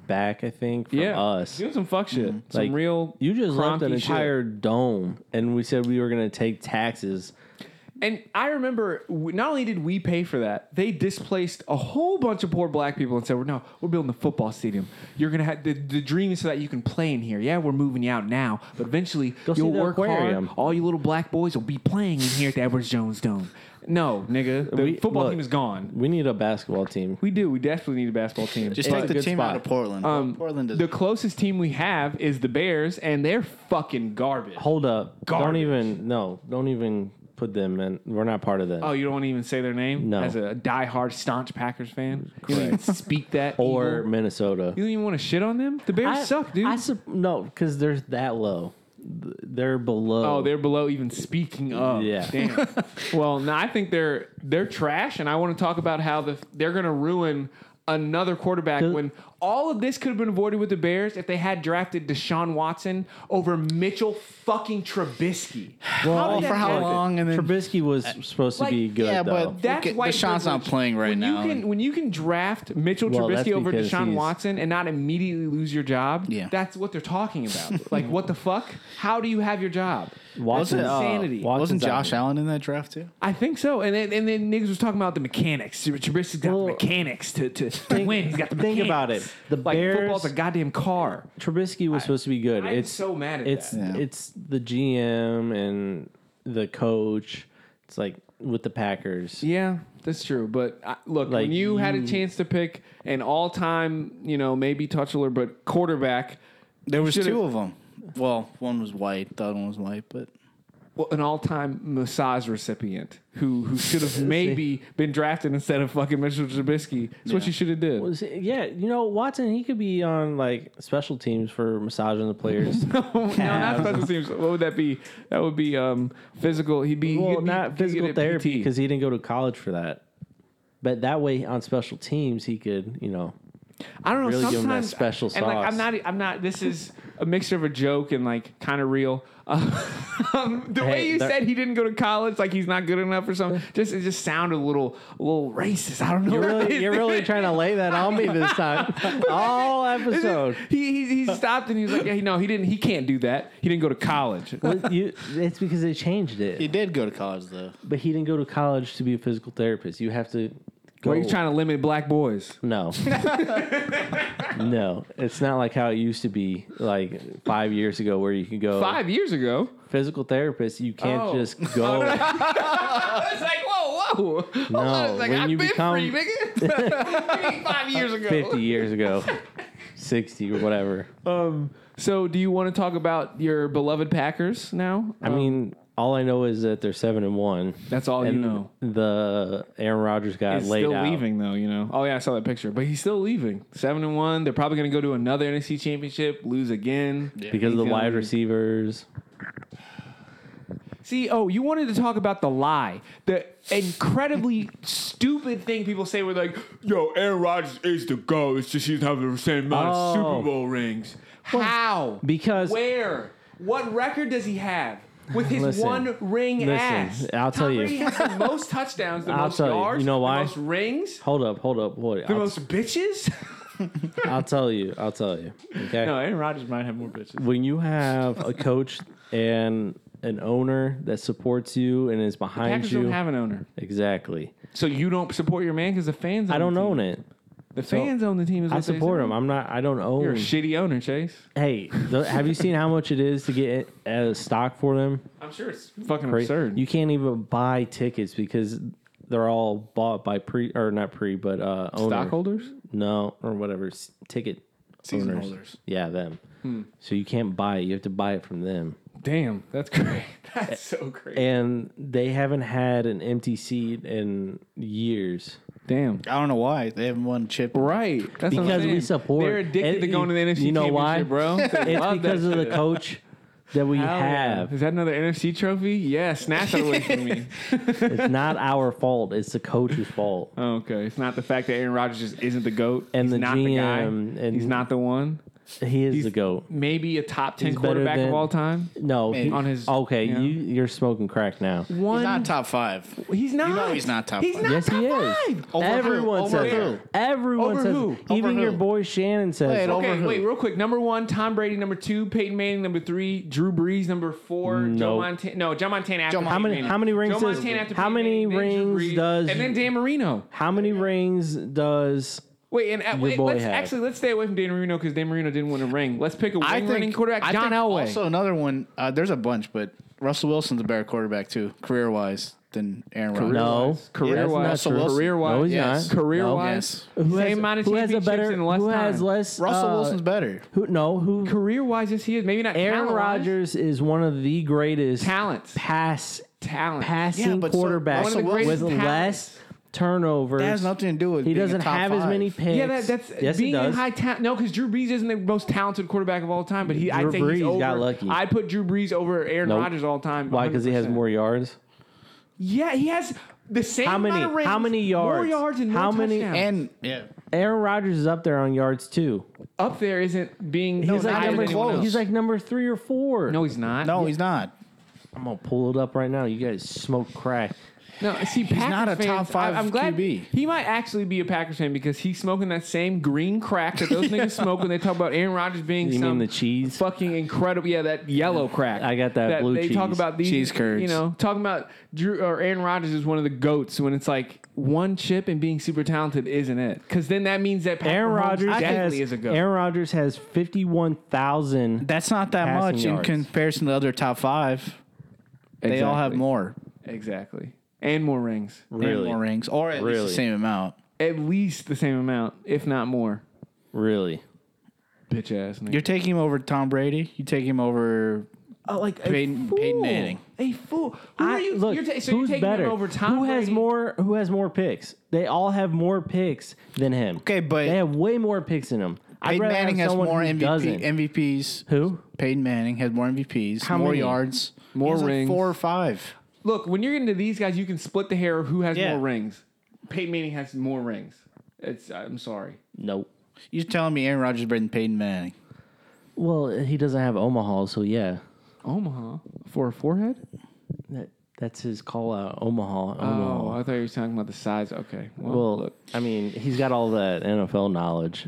S3: back. I think from
S2: yeah
S3: us. Mm-hmm.
S2: doing some fuck shit, some
S3: Like,
S2: real.
S3: You just left an
S2: cronky shit.
S3: entire dome, and we said we were going to take taxes.
S2: And I remember, w- not only did we pay for that, they displaced a whole bunch of poor black people and said, "Well, "No, we're building a football stadium. You're gonna have the, the dream is so that you can play in here. Yeah, we're moving you out now, but eventually
S3: Go see
S2: you'll
S3: the
S2: work
S3: aquarium."
S2: hard. All you little black boys will be playing in here at the Edwards Jones Dome. No, nigga, the
S3: We-
S2: football
S3: look.
S2: team is gone.
S3: We need a basketball team.
S2: We do. We desperately need a basketball team.
S3: it's
S4: just
S3: a
S4: take the
S3: good
S4: team
S3: spot.
S4: out of Portland.
S2: Um,
S4: Portland is
S2: the closest team we have is the Bears, and they're fucking garbage.
S3: Hold up! Don't
S2: Garbage.
S3: even no. Don't even put them in. We're not part of that.
S2: Oh, you don't even say their name
S3: No.
S2: as a diehard staunch Packers fan. You don't even speak that
S3: or
S2: evil-
S3: Minnesota.
S2: You don't even want to shit on them. The Bears
S3: I-
S2: suck, dude.
S3: I sup- no, because they're that low. Th- They're below.
S2: oh, they're below even speaking of.
S3: Yeah.
S2: Damn. well, no, I think they're they're trash, and I want to talk about how the they're gonna ruin another quarterback
S3: Does-
S2: when all of this could have been avoided with the Bears if they had drafted Deshaun Watson over Mitchell fucking Trubisky.
S3: well,
S2: How did
S4: for
S2: that
S4: how
S2: happen?
S4: long? And then
S3: Trubisky was
S2: Uh,
S3: supposed to
S2: like,
S3: be good
S4: yeah,
S3: though.
S4: but
S2: That's
S4: Okay,
S2: why
S4: Deshaun's not
S2: privilege-
S4: playing right
S2: when
S4: now.
S2: You can, when you can draft Mitchell
S3: Well, that's
S2: Trubisky over
S3: because
S2: Deshaun
S3: he's-
S2: Watson and not immediately lose your job,
S4: Yeah.
S2: that's what they're talking about. like, what the fuck? How do you have your job?
S3: Watson-
S2: that's
S3: uh,
S2: insanity.
S3: Wa-
S4: wasn't
S3: Watson's out
S4: Josh Allen in that draft too?
S2: I think so. And then, and then niggas was talking about the mechanics. Trubisky's got
S3: Well,
S2: the mechanics to, to, to win. He's got the mechanics.
S3: think about it. The
S2: like,
S3: Bears-
S2: football's a goddamn car.
S3: Trubisky was supposed to be good.
S2: I'm
S3: it's
S2: so mad at
S3: it's
S2: that.
S4: Yeah.
S3: it's the GM and the coach. It's like with the Packers.
S2: Yeah, that's true. But I, look,
S3: Like,
S2: when you, had a
S3: you-
S2: chance to pick an all-time, you know, maybe touchler, but quarterback,
S4: There was
S2: should've-
S4: two of them. Well, one was white. The other one was white, but
S2: well, an all-time massage recipient who who should have maybe been drafted instead of fucking Mitchell Trubisky. That's what you should have did.
S3: Was it- Yeah, you know Watson, he could be on like special teams for massaging the players.
S2: no, not special teams. What would that be? That would be um, physical. He'd be he'd
S3: well,
S2: be- he'd
S3: not
S2: get
S3: physical
S2: a
S3: therapy
S2: PT.
S3: because he didn't go to college for that. But that way, on special teams, he could, you know,
S2: I don't know.
S3: really give him that
S2: sometimes
S3: special
S2: and like I'm
S3: sauce.
S2: not. e, I'm not. This is a mixture of a joke and like kind of real. Um, the way
S3: Hey,
S2: you
S3: there-
S2: said he didn't go to college, like he's not good enough or something, just it just sounded a little, a little racist. I don't know.
S3: you're
S2: what it
S3: really,
S2: is.
S3: you're really trying to lay that on me this time. All
S2: It's
S3: episode.
S2: just- He, he he stopped and he was like, yeah, no, he didn't. He can't do that. He didn't go to college.
S3: Well, you, it's because they changed
S4: he
S3: it.
S4: did go to college though.
S3: But he didn't go to college to be a physical therapist. You have to go.
S2: Why are you trying to limit black boys?
S3: No. no. It's not like how it used to be like five years ago where you can go
S2: Five years ago,
S3: physical therapist, you can't
S2: Oh.
S3: just go
S2: it's like whoa, whoa. No,
S3: on, it's like, when I've you been become- free,
S2: nigga. Five years ago.
S3: fifty years ago, sixty or whatever.
S2: Um, so, do you want to talk about your beloved Packers now? Uh,
S3: I mean, all I know is that they're seven and one.
S2: That's all
S3: and
S2: you know.
S3: The Aaron Rodgers got
S2: He's
S3: laid
S2: still
S3: out.
S2: leaving though, you know. Oh yeah, I saw that picture, but he's still leaving. Seven and one. They're probably going to go to another NFC Championship, lose again
S3: Because of the
S2: He's
S3: wide
S2: gonna-
S3: receivers,
S2: See, oh, you wanted to talk about the lie, the incredibly stupid thing people say. We're like, "Yo, Aaron Rodgers is the go. It's just he doesn't have the same amount
S3: Oh.
S2: of Super Bowl rings." How?
S3: because-
S2: where? What record does he have with his
S3: Listen,
S2: one ring?
S3: listen,
S2: ass?
S3: I'll
S2: Tom
S3: tell you.
S2: Brady has the most touchdowns, the
S3: I'll
S2: most
S3: tell you. You
S2: yards,
S3: know why?
S2: the most rings,
S3: hold up, hold up, hold up.
S2: the
S3: I'll,
S2: most bitches.
S3: I'll tell you, I'll tell you. Okay.
S2: no, Aaron Rodgers might have more bitches.
S3: when you have a coach and an owner that supports you and is behind
S2: Packers
S3: you,
S2: don't have an owner,
S3: exactly.
S2: so you don't support your man because the fans.
S3: I
S2: on
S3: don't
S2: the team.
S3: own it.
S2: The fans own the team. Is what
S3: I
S2: they
S3: support
S2: say.
S3: him. I'm not. I don't own.
S2: You're a shitty owner, Chase.
S3: hey, the, have you seen how much it is to get a stock for them?
S2: I'm sure it's fucking
S3: Pre-
S2: absurd.
S3: You can't even buy tickets because they're all bought by pre or not pre, but uh, owners.
S2: Stockholders?
S3: No, or whatever s- ticket
S4: Season
S3: owners.
S4: holders.
S3: Yeah, them.
S2: Hmm.
S3: So you can't buy it. You have to buy it from them.
S2: Damn, that's great. That's so great.
S3: And they haven't had an empty seat in years.
S2: Damn.
S4: I don't know why they haven't won a chip.
S2: Right. That's what I'm
S3: Because we
S2: saying.
S3: support-
S2: They're addicted
S3: and
S2: to going to the
S3: you-
S2: NFC
S3: you know
S2: championship,
S3: why?
S2: bro. They
S3: It's
S2: love that
S3: because of the
S2: shit.
S3: coach that we
S2: Hell yeah.
S3: have.
S2: Is that another NFC trophy? Yeah, snatch that away from me.
S3: It's not our fault. It's the coach's fault.
S2: Oh, okay, it's not the fact that Aaron Rodgers just isn't the goat,
S3: And
S2: he's
S3: the
S2: not the guy,
S3: GM and-
S2: he's not the one.
S3: He is
S2: He's
S3: the goat.
S2: Maybe a top ten
S3: He's better
S2: quarterback
S3: than-
S2: of all time.
S3: No, he-
S2: on his-
S3: okay.
S2: yeah.
S3: You you're smoking crack now.
S2: One,
S4: He's not top five.
S2: He's not.
S4: You know he's not top
S2: He's
S4: five.
S2: not
S3: Yes,
S2: top
S3: he is.
S2: five.
S4: Over who?
S3: Everyone
S4: Over
S3: says.
S4: who?
S3: it. Everyone
S2: Over
S3: says.
S2: who?
S3: it.
S4: Over
S3: Even
S4: who?
S3: your boy Shannon says.
S4: Wait,
S3: it.
S4: over
S2: Okay,
S4: who?
S2: wait, real quick. Number one, Tom Brady. Number two, Peyton Manning. Number three, Drew Brees. Number four, Joe
S3: Nope.
S2: Montana. No, Joe Montana. After
S4: Joe
S2: Peyton
S3: how many
S2: Manning.
S3: how many rings
S2: Joe
S3: does
S2: Montana after
S3: how
S2: Peyton
S3: many
S2: Manning, then Drew
S3: rings
S2: Brees,
S3: does
S2: and then Dan Marino?
S3: how many rings does
S2: Wait, and uh, wait,
S3: boy
S2: let's,
S3: have?
S2: actually let's stay away from Dan Marino because Dan Marino didn't win a ring. Let's pick a
S4: I
S2: ring
S4: think
S2: winning quarterback,
S4: I
S2: John
S4: think
S2: Elway.
S4: Also, another one. Uh, there's a bunch, but Russell Wilson's a better quarterback too, career wise, than Aaron Rodgers.
S3: no
S2: Career
S3: That's not
S2: wise,
S3: true.
S2: career
S3: No,
S2: wise,
S3: he's
S4: Yes.
S3: not.
S2: career
S3: No.
S2: wise,
S3: Who has-
S2: same amount of
S3: who has a
S2: championships
S3: better
S2: in less
S3: who
S2: time.
S3: has less
S4: Russell
S3: uh,
S4: Wilson's better.
S3: who no who
S2: career wise, yes, he is. Maybe not
S3: Aaron
S2: talent-wise.
S3: Rodgers is one of the greatest
S2: Talents.
S3: pass
S2: talent.
S3: passing
S4: but so-
S3: quarterbacks
S4: One of the
S3: with
S4: greatest
S2: talents.
S3: less turnovers.
S4: That has nothing to do with
S3: He
S4: being a
S3: doesn't
S4: top
S3: have as
S4: five.
S3: many picks.
S2: Yeah, that, that's
S3: yes,
S2: being
S3: he
S2: in
S3: does.
S2: high talent. No, because Drew Brees isn't the most talented quarterback of all time, but he, I
S3: Drew
S2: think he's
S3: Brees
S2: over.
S3: got lucky.
S2: I put Drew Brees over Aaron
S3: Nope.
S2: Rodgers all time.
S3: Why? Because he has
S2: 100%.
S3: more yards.
S2: Yeah, he has the same
S3: How many-
S2: amount of rings,
S3: how many
S2: More
S3: yards?
S2: yards and more
S3: How many-
S2: touchdowns.
S4: And yeah,
S3: Aaron Rodgers is up there on yards too.
S2: up there isn't being.
S3: He's
S2: no, not
S3: like
S2: even
S3: number
S2: anyone else.
S3: He's like number three or four.
S2: no, he's not.
S4: no, he's not.
S3: I'm gonna pull it up right now. You guys smoke crack.
S2: No, see, Packers
S4: not a
S2: fans,
S4: top five
S2: I, am glad
S4: QB.
S2: he might actually be a Packers fan because he's smoking that same green crack that those niggas smoke when they talk about Aaron Rodgers being
S3: You
S2: some
S3: mean the cheese?
S2: fucking incredible. Yeah, that yellow crack.
S3: I got that blue
S2: they talk
S3: cheese.
S2: about these
S4: Cheese curds.
S2: You know, talking about Drew or Aaron Rodgers is one of the goats when it's like one chip and being super talented isn't it? Because then that means that Patrick
S3: Aaron
S2: Mahomes
S3: Rodgers has
S2: definitely is a goat.
S3: Aaron Rodgers has fifty one thousand.
S4: That's not that
S3: Passing
S4: much
S3: yards.
S4: in comparison to the other top five. They all have
S2: Exactly.
S4: more,
S2: exactly and more rings,
S4: They have more rings, or at least
S3: Really?
S4: the same amount.
S2: at least the same amount, if not more.
S3: Really?
S2: Bitch ass nigga.
S4: You're taking him over Tom Brady. You take him over.
S2: Oh, like a
S4: Peyton-
S2: fool.
S4: Peyton Manning.
S2: A fool. Who
S3: I-
S2: are you,
S3: look,
S2: you're ta- so you're
S3: who's
S2: taking
S3: better?
S2: him over Tom
S3: who has
S2: Brady?
S3: more? Who has more picks? They all have more picks than him.
S4: Okay, but-
S3: they have way more picks than him. I'd
S4: Peyton
S3: rather
S4: Manning
S3: have
S4: has
S3: someone
S4: more
S3: who
S4: MVP,
S3: doesn't.
S4: MVPs.
S3: Who?
S4: Peyton Manning has more MVPs,
S3: How
S4: more
S3: many?
S4: yards,
S2: More
S4: He has like
S2: rings.
S4: four or five.
S2: Look, when you're getting to these guys, you can split the hair of who has
S4: Yeah.
S2: more rings. Peyton Manning has more rings. It's I'm sorry.
S3: Nope.
S4: You're telling me Aaron Rodgers is better than Peyton Manning?
S3: Well, he doesn't have Omaha, so yeah.
S2: Omaha for a forehead?
S3: That, that's his call out. Omaha.
S2: Oh,
S3: Omaha.
S2: I thought you were talking about the size. Okay. Well,
S3: well,
S2: look,
S3: I mean, he's got all that NFL knowledge.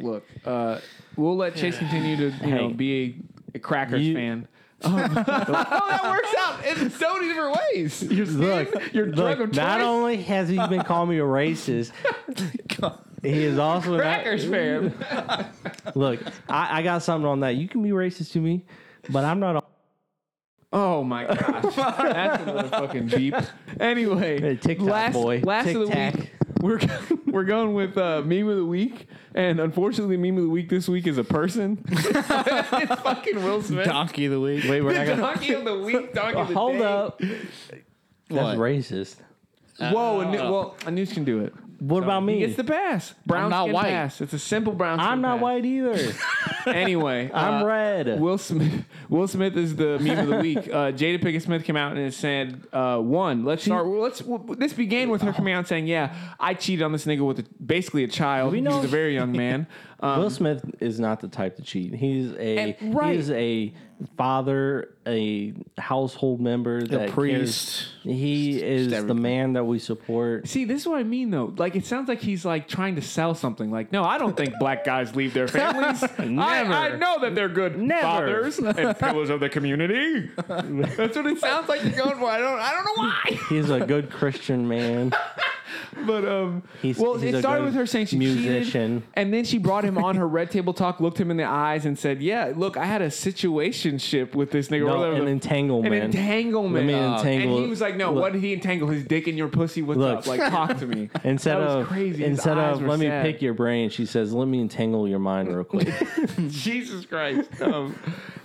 S2: look. Uh, we'll let Chase continue to you know
S3: Hey.
S2: be a, a Crackers
S3: You-
S2: fan. oh, that works out in so many different ways. You're,
S3: Look,
S2: you're drug
S3: look
S2: of
S3: not
S2: choice.
S3: only has he been calling me a racist, he is also not,
S2: Crackers fan.
S3: look. I, I got something on that. You can be racist to me, but I'm not. A,
S2: Oh my gosh. That's another fucking beep. Anyway,
S3: Hey, TikTok
S2: last,
S3: boy.
S2: last of the
S3: Tic-tac.
S2: week, we're, go- we're going with uh, meme of the week. And unfortunately, meme of the week this week is a person. it's fucking Will Smith.
S4: Donkey of the week.
S3: wait, we're not gonna.
S2: Donkey of the week, donkey of the
S3: Hold
S2: day.
S3: up. That's racist.
S2: Whoa,
S3: Uh,
S2: a new, well, a news can do it.
S3: What about
S2: He
S3: me?
S2: gets the pass. Brown
S4: not
S2: skin
S4: white.
S2: pass. It's a simple brown skin
S3: I'm not
S2: pass.
S3: white either.
S2: Anyway,
S3: I'm
S2: uh,
S3: red.
S2: Will Smith. Will Smith is the meme of the week. Uh, Jada Pinkett Smith came out and said, uh, "One, let's start. well, Let's. well, This began with her coming out and saying, "Yeah, I cheated on this nigga with a, basically a child.
S3: We
S2: he
S3: know-
S2: was a very young man. Um,
S3: Will Smith is not the type to cheat. He's a
S2: And- right.
S3: he is a father, a household member, that
S4: priest.
S3: cares. He is the
S4: everything.
S3: man that we support.
S2: See, this is what I mean though. Like, it sounds like he's like trying to sell something. Like, no, I don't think black guys leave their families.
S3: Never.
S2: I, I know that they're good
S3: Never.
S2: fathers and pillars of the community. That's what it sounds like you're going for. I don't. I don't know why.
S3: He's a good Christian man.
S2: But um,
S3: He's-
S2: well, it
S3: he's a
S2: started
S3: good
S2: with her saying she
S3: musician.
S2: cheated, and then she brought him on her red table talk, looked him in the eyes, and said, "Yeah, look, I had a situationship with this nigga.
S3: No,
S2: or whatever
S3: an
S2: the-
S3: entanglement.
S2: An entanglement.
S3: Let me
S2: Uh,
S3: entangle-
S2: And he was like, "No,
S3: Look.
S2: what did he entangle? His dick in your pussy? What's
S3: Look.
S2: up? Like, talk to me."
S3: Instead
S2: That was
S3: of
S2: crazy. His
S3: instead
S2: eyes
S3: of
S2: were
S3: let me
S2: sad.
S3: pick your brain, she says, "Let me entangle your mind real quick."
S2: Jesus Christ. Um,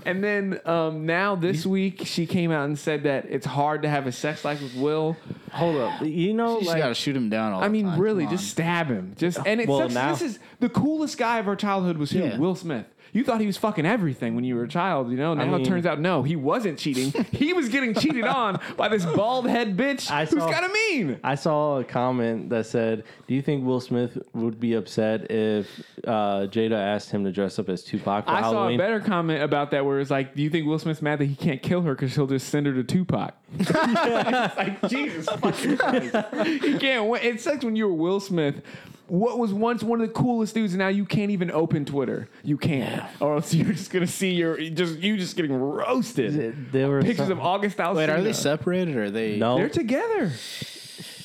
S2: and then um, now this week she came out and said that it's hard to have a sex life with Will.
S3: Hold up, you know,
S4: You just
S3: like
S4: gotta shoot him down. All
S2: I
S4: the
S2: mean,
S4: time.
S2: really,
S4: Come
S2: just stab him. Just and it
S3: Well,
S2: sucks.
S3: now-
S2: This is the coolest guy of our childhood was who?
S4: Yeah.
S2: Will Smith. You thought he was fucking everything when you were a child, you know. Now
S3: mean-
S2: it turns out no, he wasn't cheating. he was getting cheated on by this bald head bitch
S3: I
S2: who's
S3: saw-
S2: kind of mean.
S3: I saw a comment that said, "Do you think Will Smith would be upset if uh, Jada asked him to dress up as Tupac for
S2: I saw a
S3: Halloween?"
S2: better comment about that where it's like, do you think Will Smith's mad that he can't kill her because he'll just send her to Tupac? it's like, Jesus fucking Christ. He can't win. It sucks when you were Will Smith. What was once one of the coolest dudes, and now you can't even open Twitter. You can't, or else you're just gonna see your just you just getting roasted.
S3: There were
S2: Pictures
S3: some-
S2: of August Alsina.
S4: Wait, are they separated or are they?
S3: no.
S2: They're together.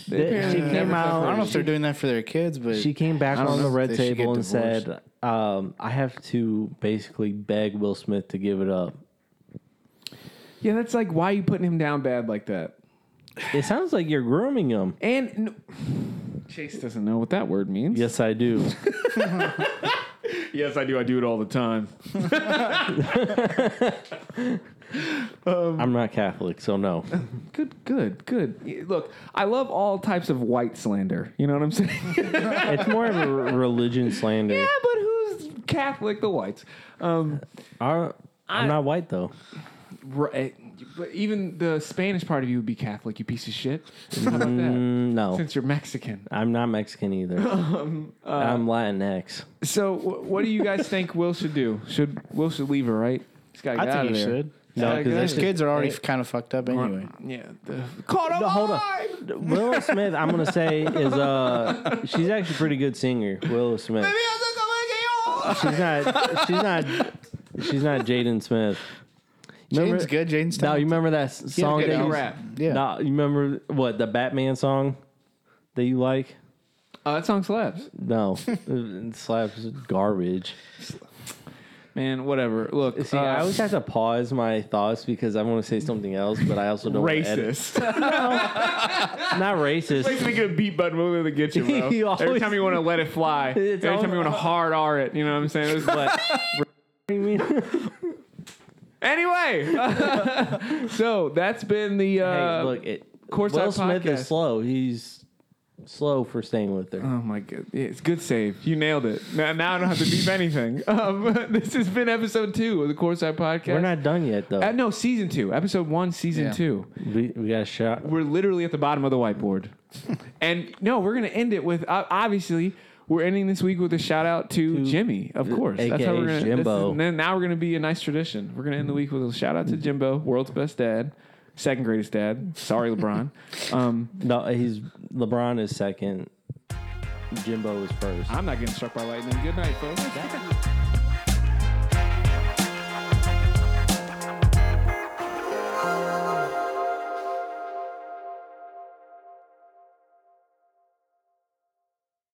S2: They
S3: They-
S2: apparently
S3: she
S2: never
S3: came out-
S4: I
S2: separated.
S4: don't know if they're doing that for their kids, but
S3: She came back
S4: I don't
S3: on
S4: know
S3: the
S4: if
S3: red
S4: they should
S3: table
S4: get
S3: and said, um, "I have to basically beg Will Smith to give it up."
S2: Yeah, that's like why you putting him down bad like that.
S3: It sounds like you're grooming him.
S2: And n- Chase doesn't know what that word means.
S3: Yes, I do.
S2: Yes, I do. I do it all the time.
S3: I'm not Catholic, so no.
S2: Good, good, good. Y- Look, I love all types of white slander. You know what I'm saying? yeah,
S3: It's more of a r- religion slander.
S2: but who's Catholic? The whites. Um,
S3: Our- I'm not white though.
S2: right, eh, but even the Spanish part of you would be Catholic, you piece of shit. How about that?
S3: Mm, no,
S2: Since you're Mexican.
S3: I'm not Mexican either.
S4: Um, uh,
S3: I'm Latinx.
S2: So, wh- what do you guys think Will should do? Should Will should leave her, right? He's got
S4: I think
S2: of
S4: you
S2: there.
S4: should.
S3: No,
S2: Gotta get out
S3: because
S2: of
S4: Those kids are already kind of fucked up anyway.
S2: Yeah. The, caught on.
S3: No, hold on.
S2: live!
S3: Willow Smith, I'm gonna say is uh, she's actually a pretty good singer. Willow Smith.
S2: Maybe I'll just come and get you.
S3: She's not. She's not. She's not Jaden Smith. Remember-
S4: Jaden's good. Jaden's
S3: No, you remember that s- song
S4: good
S3: that
S4: album.
S3: you
S2: Rap.
S4: Yeah.
S3: No, you remember what the Batman song that you like?
S2: Uh, that song slaps.
S3: No, it slaps garbage.
S2: Man, whatever. Look,
S3: See,
S2: uh,
S3: I always have to pause my thoughts because I want to say something else, but I also don't. wanna edit.
S2: racist.
S3: Not racist.
S2: Place to get a beat button will really get you, bro.
S3: You
S2: Every
S3: always-
S2: time you want to let it fly, every
S3: It's
S2: time
S3: all-
S2: you want to hard R it, you know what I'm saying? It was like,
S3: You mean-
S2: anyway, so that's been the. Uh,
S3: hey, look, it,
S2: Course
S3: Will
S2: Out
S3: Smith
S2: Podcast.
S3: is slow. He's slow for staying with her.
S2: Oh my god, yeah, it's good save. You nailed it. Now, now I don't have to beep anything. Um, this has been episode two of the Course Out Podcast.
S3: We're not done yet, though.
S2: Uh, no, season two, episode one, season
S4: Yeah.
S2: two.
S3: we, we got a shot.
S2: We're literally at the bottom of the whiteboard. and no, we're gonna end it with uh, obviously. We're ending this week with a shout out to, Jimmy, of course. That's how
S3: AKA
S2: we're gonna. this
S3: Jimbo.
S2: is- and then now we're gonna be a nice tradition. We're gonna end the week with a shout out to Jimbo, world's best dad, second greatest dad. Sorry, LeBron. um,
S3: No, he's LeBron is second. Jimbo is first.
S2: I'm not getting struck by lightning. Good night, folks.